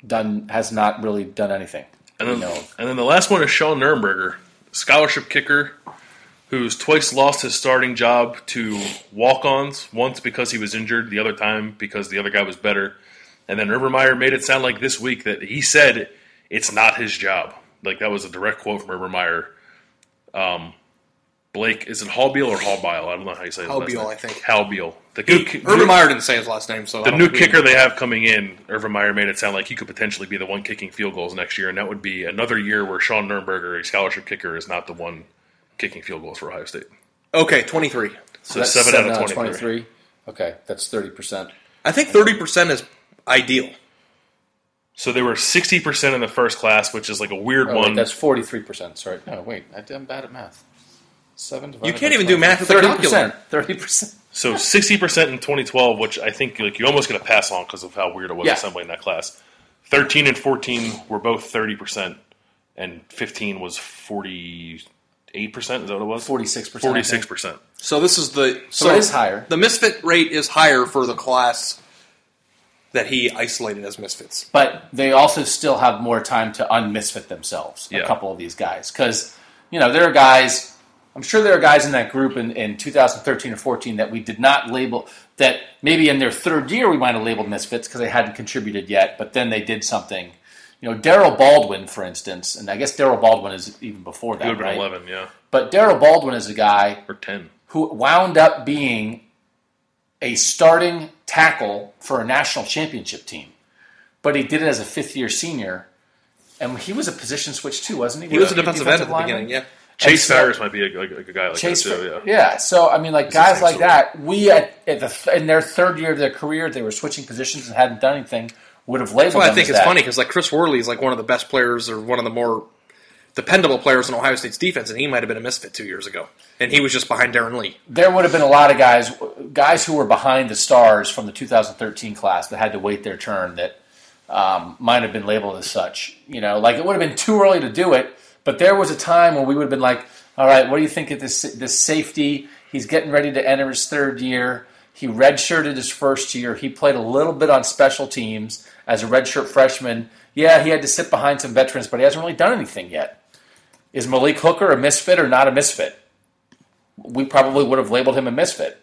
S1: done has not really done anything.
S3: And then,
S1: we know of.
S3: and then the last one is Sean Nurnberger, scholarship kicker, who's twice lost his starting job to walk-ons. Once because he was injured, the other time because the other guy was better. And then Urbermeyer made it sound like this week that he said it's not his job. Like that was a direct quote from Urbermeyer. Um, Blake, is it Hallbeal or Hallbile? I don't know how you say his last
S2: Hallbeal,
S3: name.
S2: I think.
S3: Hallbeal. The good,
S2: Urban Meyer didn't say his last name, so I
S3: the
S2: don't
S3: new
S2: think we-
S3: kicker they have coming in, Irvin Meyer made it sound like he could potentially be the one kicking field goals next year, and that would be another year where Sean Nurnberger, a scholarship kicker, is not the one kicking field goals for Ohio State.
S2: Okay, 23.
S3: So seven, out of 23.
S1: 23. Okay, that's 30%.
S2: I think 30% is ideal.
S3: So they were 60% in the first class, which is like a weird
S1: Oh,
S3: one.
S1: wait, that's forty three percent. Sorry, no, wait, I, I'm bad at math. Seven.
S2: You can't even do math with a
S1: Thirty percent.
S2: calculator.
S1: Thirty percent.
S3: So 60% in 2012, which I think like you almost get a pass on because of how weird it was
S1: Yeah.
S3: assembling that class. 13 and 14 were both 30%, and 15 was 40. eight percent. Is that what it was?
S1: 46%, I
S3: Forty
S1: think.
S3: six percent.
S2: So this is the
S1: So it is higher.
S2: The misfit rate is higher for the class that he isolated as misfits.
S1: but they also still have more time to unmisfit themselves.
S3: Yeah.
S1: A couple of these guys, because you know there are guys. I'm sure there are guys in that group in, in 2013 or 14 that we did not label. That maybe in their third year we might have labeled misfits because they hadn't contributed yet, but then they did something. You know, Daryl Baldwin, for instance, and I guess Daryl Baldwin is even before that,
S3: It would have been
S1: right?
S3: eleven, yeah,
S1: But Daryl Baldwin is a guy
S3: or ten.
S1: who wound up being a starting tackle for a national championship team. But he did it as a fifth year senior. And he was a position switch too, wasn't he?
S2: He was a defensive, end at the
S1: lineman?
S2: beginning. Yeah.
S3: Chase
S1: so-
S3: Ferris might be a, like, like a guy like
S1: Chase
S3: that too.
S1: Fer-
S3: yeah.
S1: So I mean, like guys
S3: name
S1: like
S3: still-
S1: that, we at, at the th- in their third year of their career, they were switching positions and hadn't done anything. Would have labeled.
S2: That's why I
S1: them
S2: think
S1: as
S2: it's
S1: that.
S2: funny because like Chris Worley is like one of the best players or one of the more dependable players in Ohio State's defense, and he might have been a misfit two years ago, and he was just behind Darren Lee.
S1: There would have been a lot of guys, guys who were behind the stars from the 2013 class that had to wait their turn that um, might have been labeled as such. You know, like it would have been too early to do it, but there was a time when we would have been like, all right, what do you think of this this safety? He's getting ready to enter his third year. He redshirted his first year. He played a little bit on special teams as a redshirt freshman. Yeah, he had to sit behind some veterans, but he hasn't really done anything yet. Is Malik Hooker a misfit or not a misfit? We probably would have labeled him a misfit.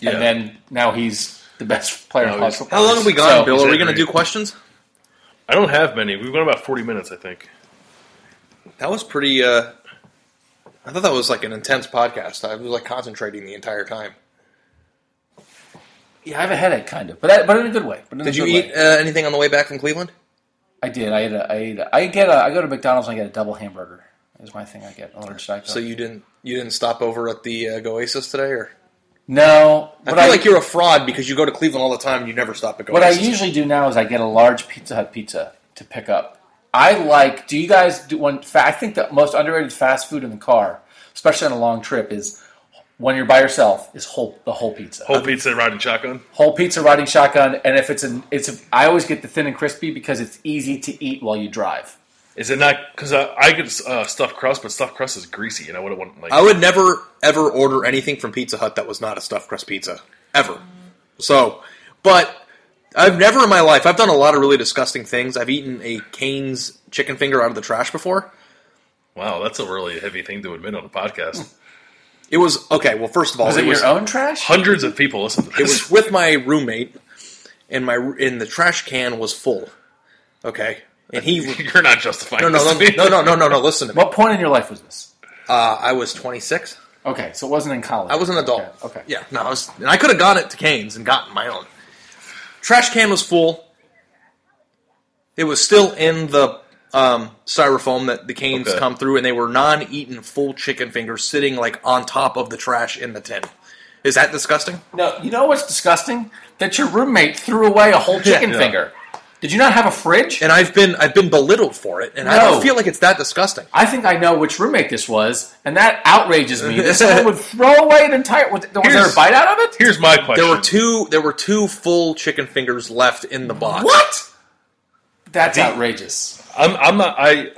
S3: Yeah.
S1: And then now he's the best player in
S3: Now
S1: college
S3: he's-
S1: football.
S2: How long have we gone,
S1: So-
S2: Bill? Are we going to
S3: Great.
S2: do questions?
S3: I don't have many. We've gone about forty minutes, I think.
S2: That was pretty. Uh, I thought that was like an intense podcast. I was like concentrating the entire time.
S1: Yeah, I have a headache, kind of, but that, but in a good way. But in
S2: Did
S1: a
S2: you
S1: good
S2: eat
S1: way.
S2: uh, anything on the way back from Cleveland?
S1: I did. I ate. A, I ate. A, I get. A, I go to McDonald's and I get a double hamburger. Is my thing. I get. on lunch. I go.
S2: So you didn't you didn't stop over at the uh, Goasis today, or
S1: no.
S2: I
S1: What
S2: feel
S1: I,
S2: like you're a fraud because you go to Cleveland all the time and you never stop at Goasis.
S1: what I usually do now is I get a large Pizza Hut pizza to pick up. I like. Do you guys do one? Fa- I think the most underrated fast food in the car, especially on a long trip, is when you're by yourself. Is whole the whole pizza.
S3: Whole pizza and riding shotgun.
S1: whole pizza riding shotgun, and if it's an it's. A, I always get the thin and crispy because it's easy to eat while you drive.
S3: Is it not? Because I, I get uh, stuffed crust, but stuffed crust is greasy, and I wouldn't want like.
S2: I would never ever order anything from Pizza Hut that was not a stuffed crust pizza ever. So, but I've never in my life I've done a lot of really disgusting things. I've eaten a Cane's chicken finger out of the trash before.
S3: wow, that's a really heavy thing to admit on a podcast.
S2: It was okay. Well, first of all,
S1: Was it,
S2: was
S1: your own trash?
S3: Hundreds of people listen to
S2: it was
S3: this.
S2: with my roommate, and my and the trash can was full. Okay, and he
S3: You're not justifying.
S2: no no
S3: this
S2: no
S3: to me.
S2: no no no no no. Listen to me.
S1: What point in your life was this?
S2: Uh, I was 26.
S1: Okay, so it wasn't in college.
S2: I was an adult.
S1: Okay. okay.
S2: Yeah. No, I was, and I could have gone it to Canes and gotten my own. Trash can was full. It was still in the um, styrofoam that the Canes
S3: Okay.
S2: come through, and they were non-eaten full chicken fingers sitting like on top of the trash in the tin. Is that disgusting?
S1: No, you know what's disgusting? That your roommate threw away a whole chicken
S3: Yeah.
S1: finger. Did you not have a fridge?
S2: And I've been I've been belittled for it, and I
S1: No.
S2: don't feel like it's that disgusting.
S1: I think I know which roommate this was, and that outrages me. This someone would throw away an entire. Was, was there a
S3: Here's-
S1: bite out of it?
S3: Here's my question.
S2: There were two there were two full chicken fingers left in the box.
S1: What? That's outrageous.
S3: I'm, I'm not, I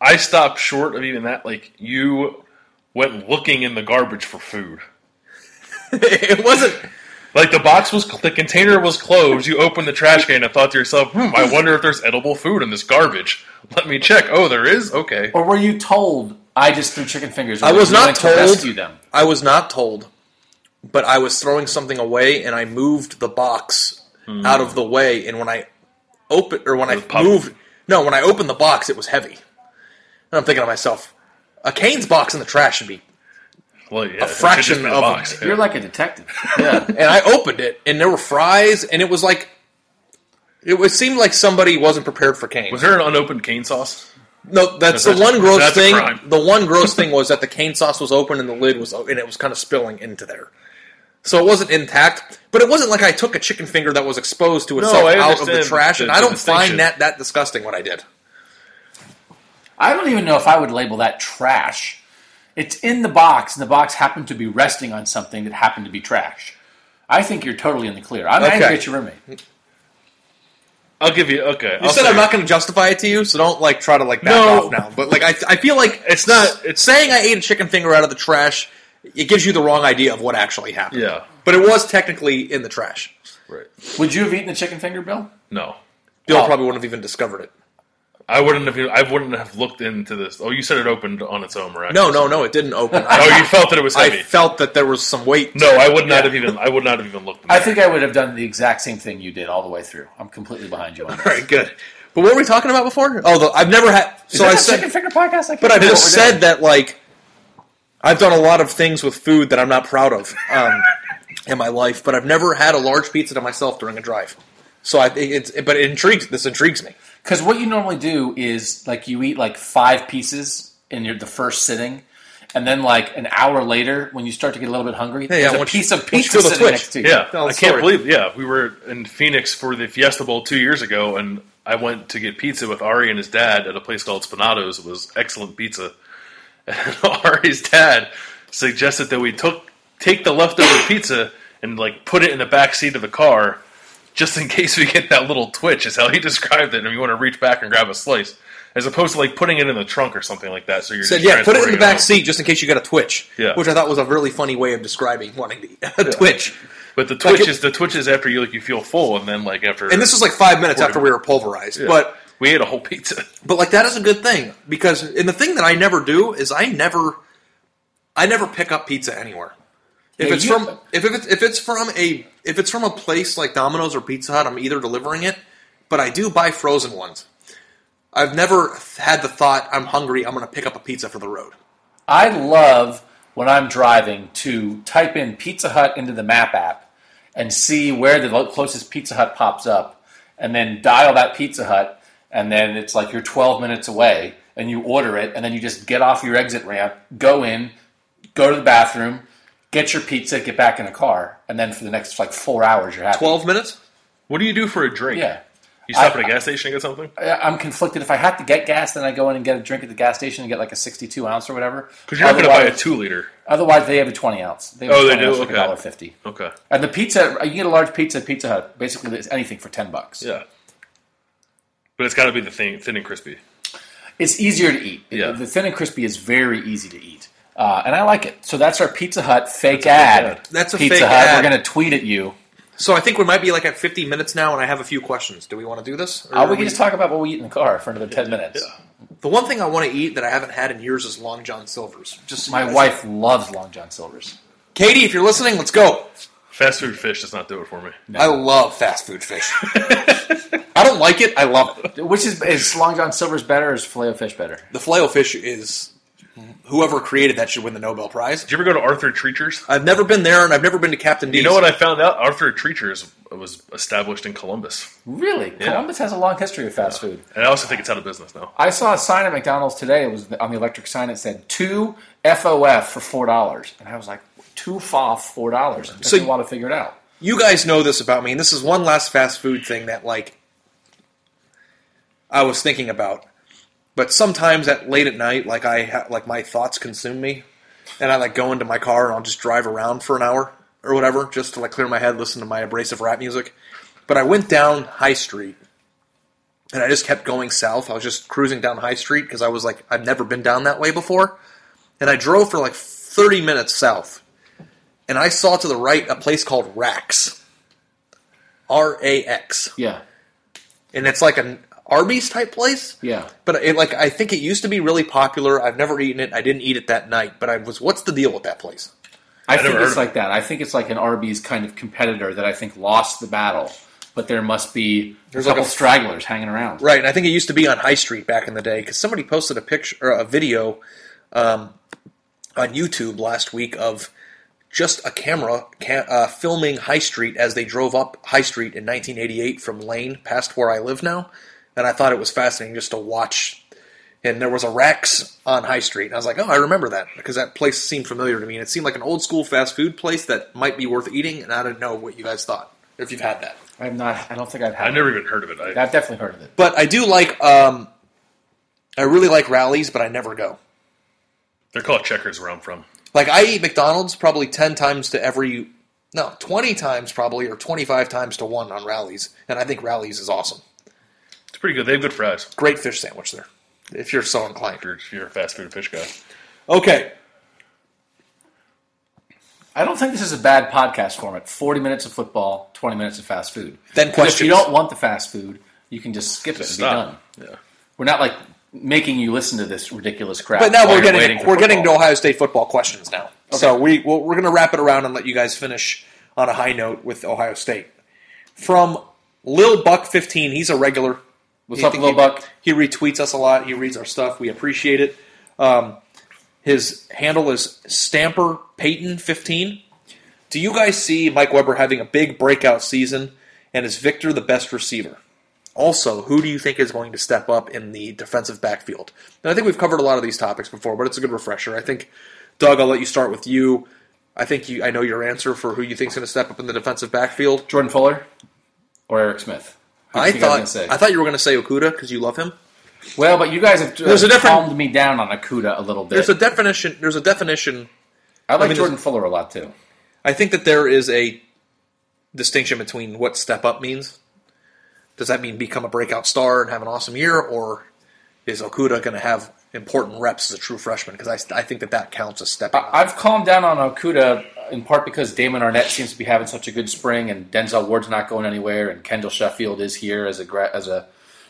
S3: I stopped short of even that. Like you went looking in the garbage for food.
S2: it wasn't.
S3: Like the box was, the container was closed. You opened the trash can and thought to yourself, "Hmm, I wonder if there's edible food in this garbage. Let me check. Oh, there is. Okay.
S1: Or were you told I just threw chicken fingers?
S2: I
S1: away?
S2: was
S1: You
S2: not
S1: went
S2: told.
S1: to rescue them.
S2: I was not told, but I was throwing something away, and I moved the box
S3: Hmm.
S2: out of the way. And when I opened, or when I
S3: pop-
S2: moved, no, when I opened the box, it was heavy. And I'm thinking to myself, a Cane's box in the trash should be.
S3: Well, yeah, it should just
S2: fraction
S3: be the
S2: of a-
S3: box.
S1: You're like a detective. Yeah.
S2: And I opened it, and there were fries, and it was like, it, was, seemed like somebody wasn't prepared for Cane's.
S3: Was there an unopened cane sauce?
S2: No, that's the
S3: That's-
S2: one gross
S3: that's a
S2: thing.
S3: crime.
S2: The one gross thing was that the cane sauce was open and the lid was o- and it was kind of spilling into there. So it wasn't intact, but it wasn't like I took a chicken finger that was exposed to itself
S3: I
S2: out of the
S3: understand
S2: trash,
S3: the-
S2: and I
S3: the
S2: don't find
S3: distinction.
S2: that that disgusting. What I did,
S1: I don't even know if I would label that trash. It's in the box, and the box happened to be resting on something that happened to be trash. I think you're totally in the clear. I'm
S2: Okay.
S1: angry at your roommate.
S3: I'll give you okay.
S2: You
S3: I'll
S2: said
S3: say
S2: I'm
S3: it.
S2: not going to justify it to you, so don't like try to like back
S3: No.
S2: off now. But like I, I feel like
S3: It's not- it's-
S2: saying I ate a chicken finger out of the trash. It gives you the wrong idea of what actually happened.
S3: Yeah.
S2: but it was technically in the trash.
S3: Right.
S1: Would you have eaten the chicken finger, Bill?
S3: No,
S2: Bill
S3: Oh.
S2: probably wouldn't have even discovered it.
S3: I wouldn't have. I wouldn't have looked into this. Oh, you said it opened on its own, right?
S2: No, no, no, it didn't open. I,
S3: Oh, you felt that it was
S2: I
S3: heavy.
S2: felt that there was some weight.
S3: no, I would not have even. I would not have even looked. In
S1: I
S3: there.
S1: think I would have done the exact same thing you did all the way through. I'm completely behind you on
S2: All
S1: that.
S2: right, good. But what were we talking about before? Oh, the, I've never had. So I
S1: Is that
S2: said
S1: a chicken finger podcast? I can't
S2: But I've
S1: remember
S2: just
S1: what we're
S2: said that like I've done a lot of things with food that I'm not proud of um, in my life, but I've never had a large pizza to myself during a drive. So I, it's it, but it intrigues. This intrigues me.
S1: Because what you normally do is like you eat like five pieces in your the first sitting, and then like an hour later, when you start to get a little bit hungry,
S2: Hey, I
S1: there's a
S2: want you-
S1: piece of
S2: I want you to
S1: pizza
S2: feel the
S1: sitting
S2: twitch.
S1: next to you.
S3: Yeah,
S2: Tell
S3: I
S2: the
S3: can't
S2: story.
S3: believe. Yeah, we were in Phoenix for the Fiesta Bowl two years ago, and I went to get pizza with Ari and his dad at a place called Spinato's. It was excellent pizza, and Ari's dad suggested that we took take the leftover pizza and like put it in the back seat of the car, just in case we get that little twitch. Is how he described it, and we want to reach back and grab a slice. As opposed to like putting it in the trunk or something like that, so you're
S2: Said
S3: just
S2: yeah, put it in
S3: transporting
S2: the back
S3: home.
S2: seat just in case you got a twitch.
S3: Yeah.
S2: which I thought was a really funny way of describing wanting to eat a twitch.
S3: But the twitch
S2: it-
S3: is the twitch is after you like you feel full, and then like after
S2: And this was like five minutes after we were pulverized, but
S3: we ate a whole pizza.
S2: but like that is a good thing because and the thing that I never do is I never I never pick up pizza anywhere. If
S1: Yeah,
S2: it's
S1: you-
S2: from if, if it's if it's from a if it's from a place like Domino's or Pizza Hut, I'm either delivering it, but I do buy frozen ones. I've never had the thought I'm hungry, I'm going to pick up a pizza for the road.
S1: I love when I'm driving to type in Pizza Hut into the map app and see where the lo- closest Pizza Hut pops up, and then dial that Pizza Hut, and then it's like you're 12 minutes away, and you order it, and then you just get off your exit ramp, go in, go to the bathroom, get your pizza, get back in the car, and then for the next like four hours you're happy.
S2: 12 minutes?
S3: What do you do for a drink?
S1: Yeah.
S3: you stop
S1: I-
S3: at a gas station and get something.
S1: I- I'm conflicted. If I have to get gas, then I go in and get a drink at the gas station and get like a 62 ounce or whatever.
S3: Because you're not going to buy a
S1: Otherwise-
S3: two liter.
S1: Otherwise, they have a twenty ounce. They have
S3: Oh,
S1: a
S3: they
S1: 20
S3: do?
S1: ounce for like
S3: Okay.
S1: dollar fifty.
S3: Okay.
S1: And the pizza, you get a large pizza at Pizza Hut. Basically, it's anything for ten bucks.
S3: Yeah. But it's got to be the thing, thin and crispy.
S1: It's easier to eat.
S3: Yeah.
S1: The thin and crispy is very easy to eat, uh, and I like it. So that's our Pizza Hut fake ad.
S3: ad.
S2: That's a
S1: Pizza
S2: fake
S1: Hut.
S2: ad.
S1: We're gonna tweet at you.
S2: So I think we might be like at 50 minutes now and I have a few questions. Do we want to do this? Or
S1: Uh,
S2: are
S1: we can just talk about what we eat in the car for another ten minutes.
S2: the one thing I want to eat that I haven't had in years is long john silvers. Just so you
S1: My
S2: guys-
S1: wife loves Long John Silver's.
S2: Katie, if you're listening, let's go.
S3: Fast food fish does not do it for me.
S2: I love fast food fish. I don't like it. I love it.
S1: Which is is Long John Silver's better? Or is filet fish better?
S2: The flail fish is whoever created that should win the Nobel Prize.
S3: Did you ever go to Arthur Treacher's?
S2: I've never been there, and I've never been to Captain D's.
S3: You know what I found out? Arthur Treacher's was established in Columbus,
S1: Really, Columbus has a long history of fast food.
S3: and I also think it's out of business now.
S1: I saw a sign at McDonald's today. It was on the electric sign. It said two FOF for four dollars, and I was like, two FOF four dollars. It took
S2: So
S1: me a
S2: you-
S1: while to figure it out.
S2: you guys know this about me, and this is one last fast food thing that like I was thinking about. But sometimes at late at night, like I ha- like my thoughts consume me, and I like go into my car and I'll just drive around for an hour or whatever, just to like clear my head, listen to my abrasive rap music. But I went down High Street, and I just kept going south. I was just cruising down High Street because I was like I've never been down that way before, and I drove for like thirty minutes south, and I saw to the right a place called Rax. R A X,
S1: Yeah,
S2: and it's like an Arby's type place.
S1: yeah.
S2: But it, like I think it used to be really popular. I've never eaten it. I didn't eat it that night. But I was, what's the deal with that place?
S1: I
S3: never
S1: think
S3: heard
S1: it's
S3: of
S1: like that. I think it's like an Arby's kind of competitor that I think lost the battle, but there must be
S2: There's
S1: a
S2: like
S1: couple
S2: a-
S1: stragglers hanging around.
S2: Right, and I think it used to be on High Street back in the day because somebody posted a picture, or a video, um, on YouTube last week of just a camera ca- uh, filming High Street as they drove up High Street in 1988 from Lane past where I live now, and I thought it was fascinating just to watch. And there was a Rex on High Street, and I was like, "Oh, I remember that because that place seemed familiar to me, and it seemed like an old school fast food place that might be worth eating." And I didn't know what you guys thought if you've had that.
S1: I'm not. I don't think I've had.
S3: I never even heard of it.
S1: it.
S3: I,
S1: I've definitely heard of it.
S2: But I do like, um, I really like rallies, but I never go.
S3: they're called Checkers where I'm from.
S2: Like I eat McDonald's probably ten times to every, no, twenty times probably or twenty five times to one on rallies, and I think rallies is awesome.
S3: pretty good. They have good fries.
S2: Great fish sandwich there, if you're so inclined.
S3: If you're, if you're a fast food fish guy.
S2: Okay,
S1: I don't think this is a bad podcast format. Forty minutes of football, twenty minutes of fast food.
S2: Then
S1: 'Cause If you
S2: questions.
S1: don't want the fast food, you can just skip it and be done.
S3: Stop. Yeah.
S1: We're not like making you listen to this ridiculous crap.
S2: but now
S1: while
S2: we're
S1: you're
S2: getting
S1: waiting
S2: we're
S1: for
S2: getting to
S1: football.
S2: Ohio State football questions now. So we we'll, we're going to wrap it around and let you guys finish on a high note with Ohio State. From Lil Buck fifteen, he's a regular.
S1: What's
S2: He-
S1: up,
S2: he-
S1: Lil Buck?
S2: He retweets us a lot. He reads our stuff. We appreciate it. Um, his handle is Stamper Peyton fifteen. Do you guys see Mike Weber having a big breakout season? And is Victor the best receiver? Also, who do you think is going to step up in the defensive backfield? And I think we've covered a lot of these topics before, but it's a good refresher. I think, Doug, I'll let you start with you. I think you, I know your answer for who you think's going to step up in the defensive backfield.
S1: Jordan Fuller or Eric Smith. Who do you
S2: I
S1: think was
S2: thought
S1: gonna say?
S2: I thought you were going to say Okuda because you love him.
S1: Well, but you guys have uh,
S2: There's a different-
S1: calmed me down on Akuda a little bit.
S2: There's a definition. There's a definition.
S1: I like
S2: mean,
S1: Jordan Fuller a lot too.
S2: I think that there is a distinction between what step up means. Does that mean become a breakout star and have an awesome year, or is Okuda going to have important reps as a true freshman? Because I, I think that that counts as stepping. up.
S1: I- I've calmed down on Okuda in part because Damon Arnett seems to be having such a good spring, and Denzel Ward's not going anywhere, and Kendall Sheffield is here as a gra- as a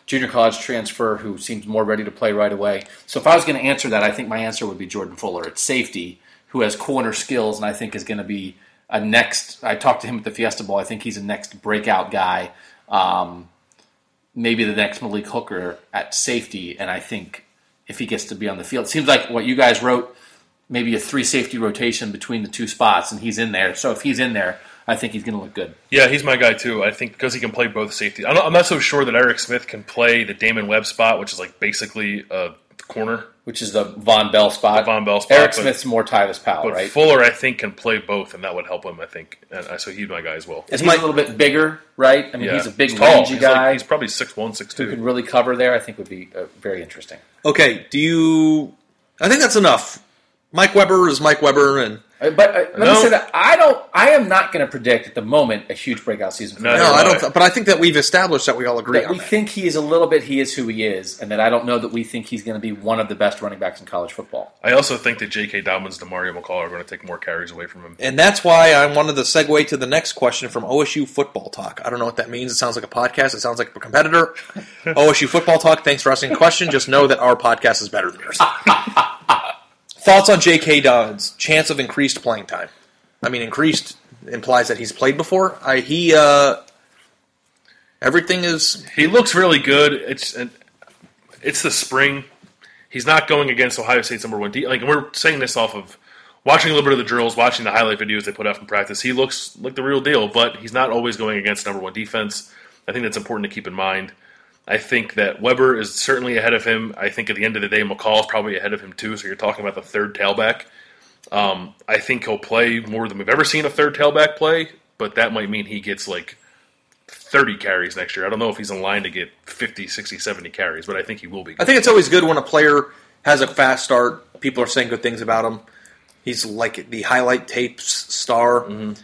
S1: junior college transfer who seems more ready to play right away. So if I was going to answer that, I think my answer would be Jordan Fuller at safety, who has corner skills, and I think is going to be a next. I talked to him at the Fiesta Bowl. I think he's a next breakout guy. Um, maybe the next Malik Hooker at safety, and I think if he gets to be on the field, it seems like what you guys wrote maybe a three safety rotation between the two spots, and he's in there. So if he's in there, I think he's going to look good.
S3: Yeah, he's my guy too. I think because he can play both safety. I'm not, I'm not so sure that Eric Smith can play the Damon Webb spot, which is like basically a corner.
S1: Which is the Von Bell spot.
S3: The Von Bell spot,
S1: Eric
S3: but-
S1: Smith's more Tyvis Powell,
S3: But
S1: right?
S3: Fuller, I think, can play both, and that would help him. I think, and I, so he's my guy as well.
S1: he's a little bit bigger, right? I mean,
S3: Yeah.
S1: he's a big,
S3: He's tall.
S1: rangy
S3: He's like-
S1: guy
S3: he's probably six one, six
S1: who can
S3: two.
S1: really cover there. I think would be uh, very interesting.
S2: Ah, Okay, do you? I think that's enough. Mike Weber is Mike Weber, and
S1: Uh, But uh, let
S3: No.
S1: me say that I don't. I am not going to predict at the moment a huge breakout season. For
S3: No,
S1: him.
S2: no, I
S3: Right.
S2: don't. Th- but I think that we've established that we all agree
S1: that
S2: on
S1: we
S2: that.
S1: think he is a little bit he is who he is, and that I don't know that we think he's going to be one of the best running backs in college football.
S3: I also think that J.K. Dobbins, Demario McCall are going to take more carries away from him.
S2: and that's why I wanted to segue to the next question from OSU Football Talk. I don't know what that means. It sounds like a podcast. It sounds like a competitor. OSU Football Talk. Thanks for asking the question. Just know that our podcast is better than yours. Thoughts on J.K. Dobbins' chance of increased playing time? I mean, increased implies that he's played before. I he uh, everything is
S3: He looks really good. It's and it's the spring. He's not going against Ohio State's number one. D. Like we're saying this off of watching a little bit of the drills, watching the highlight videos they put out from practice. He looks like the real deal, but he's not always going against number one defense. I think that's important to keep in mind. I think that Weber is certainly ahead of him. I think at the end of the day, McCall is probably ahead of him too. So you're talking about the third tailback. Um, I think he'll play more than we've ever seen a third tailback play, but that might mean he gets like 30 carries next year. I don't know if he's in line to get 50, 60, 70 carries, but I think he will be.
S2: I think it's always good when a player has a fast start. People are saying good things about him. He's like the highlight tapes star.
S3: Mm-hmm.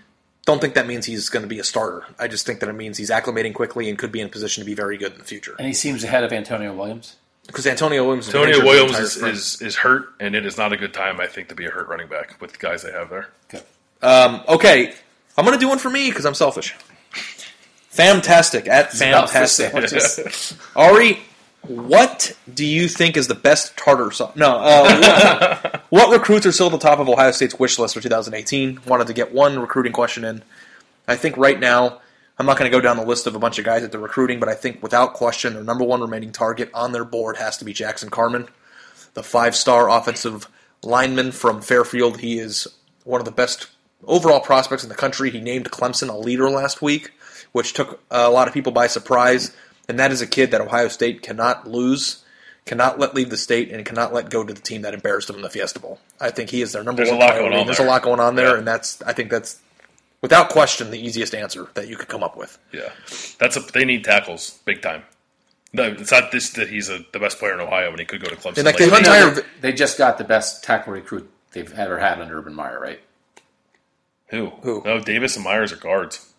S2: Don't think that means he's going to be a starter. I just think that it means he's acclimating quickly and could be in a position to be very good in the future.
S1: And he seems ahead of Antonio Williams.
S2: Because Antonio Williams, has been
S3: Antonio
S2: injured the
S3: Williams
S2: entire
S3: is,
S2: spring.
S3: is, is hurt, and it is not a good time, I think, to be a hurt running back with the guys they have there.
S2: um, okay. I'm going to do one for me because I'm selfish. Fantastic at fantastic. Ari, what do you think is the best tartar sauce? No, uh, what, what recruits are still at the top of Ohio State's wish list for 2018? Wanted to get one recruiting question in. I think right now, I'm not going to go down the list of a bunch of guys that they're recruiting, but I think without question, their number one remaining target on their board has to be Jackson Carmen, the five star offensive lineman from Fairfield. He is one of the best overall prospects in the country. He named Clemson a leader last week, which took a lot of people by surprise. And that is a kid that Ohio State cannot lose, cannot let leave the state, and cannot let go to the team that embarrassed them in the Fiesta Bowl. I think he is their number
S3: There's
S2: one
S3: a lot
S2: priority.
S3: going on
S2: There's
S3: there.
S2: a lot going on there,
S3: Yeah.
S2: and that's I think that's without question the easiest answer that you could come up with.
S3: Yeah. that's a, They need tackles big time. No, it's not this that he's a, the best player in Ohio, and he could go to Clemson.
S2: And like the
S3: later.
S2: entire
S1: They, they just got the best tackle recruit they've ever had under Urban Meyer, right?
S3: who?
S2: Who?
S3: No, Davis and Myers are guards.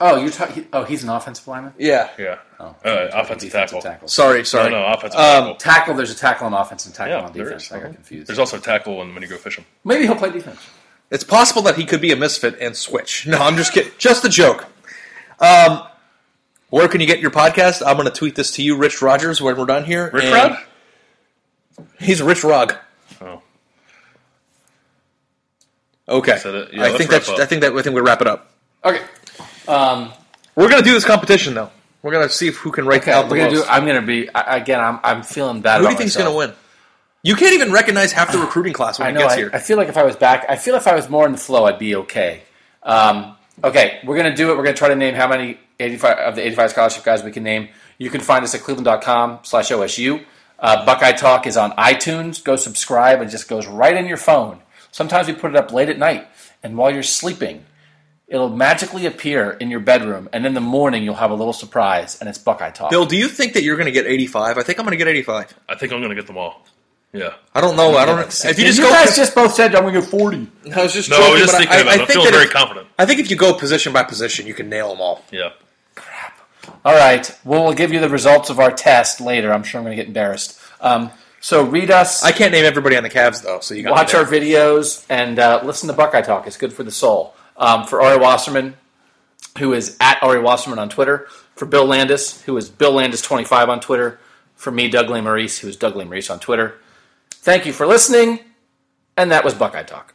S1: Oh, you're talking. Oh, he's an offensive lineman.
S2: Yeah.
S3: Yeah.
S1: Oh,
S3: uh, offensive tackle.
S2: Sorry, sorry.
S3: No, no, offensive tackle.
S1: Tackle. There's a tackle on offense and tackle
S3: Yeah,
S1: on
S3: there
S1: defense.
S3: is.
S1: I got
S3: Uh-huh.
S1: confused.
S3: There's also tackle and when you go fishing.
S1: Maybe he'll play defense.
S2: It's possible that he could be a misfit and switch. No, I'm just kidding. Just a joke. Um, where can you get your podcast? I'm going to tweet this to you, Rich Rogers, when we're done here.
S3: Rick
S2: and-
S3: Rod?
S2: He's Rich Rog.
S3: Oh.
S2: Okay.
S3: that it? Yeah,
S2: I
S3: let's
S2: think
S3: wrap
S2: that's.
S3: up.
S2: I think that. I think we wrap it up.
S1: Okay. Um,
S2: We're going to do this competition though. We're going to see if who can write
S1: okay.
S2: out the
S1: we're gonna do.
S2: most.
S1: I'm gonna be I, again. I'm. I'm feeling bad.
S2: who do
S1: about
S2: you think's
S1: myself.
S2: going to win? You can't even recognize half the recruiting class when
S1: I
S2: it
S1: know.
S2: gets
S1: I,
S2: here.
S1: I feel like if I was back, I feel if I was more in the flow, I'd be okay. Um, okay, we're gonna do it. We're gonna try to name how many 85 of the 85 scholarship guys we can name. You can find us at cleveland.com/osu. Uh, Buckeye Talk is on iTunes. Go subscribe. It just goes right in your phone. Sometimes we put it up late at night, and while you're sleeping, it'll magically appear in your bedroom, and in the morning you'll have a little surprise, and it's Buckeye Talk.
S2: Bill, do you think that you're going to get 85? I think I'm going to get 85.
S3: I think I'm going to get them all. Yeah.
S2: I don't know. I don't. If you just
S1: you
S2: go,
S1: guys just both said I'm gonna get 40.
S2: I was just
S3: No, I
S2: joking,
S3: was just
S2: but
S3: thinking about it. I'm
S2: think
S3: feeling
S2: that
S3: very
S2: if-
S3: confident.
S2: I think if you go position by position, you can nail them all.
S3: Yeah.
S1: All right. Well, we'll give you the results of our test later. I'm sure I'm going to get embarrassed. Um, so read us,
S2: I can't name everybody on the Cavs though, so you got
S1: watch
S2: me
S1: our
S2: there.
S1: videos, and uh, listen to Buckeye Talk. It's good for the soul. Um, for Ari Wasserman, who is at Ari Wasserman on Twitter. For Bill Landis, who is Bill Landis25 on Twitter. For me, Doug Lee Maurice, who is Doug Lee Maurice on Twitter. Thank you for listening, and that was Buckeye Talk.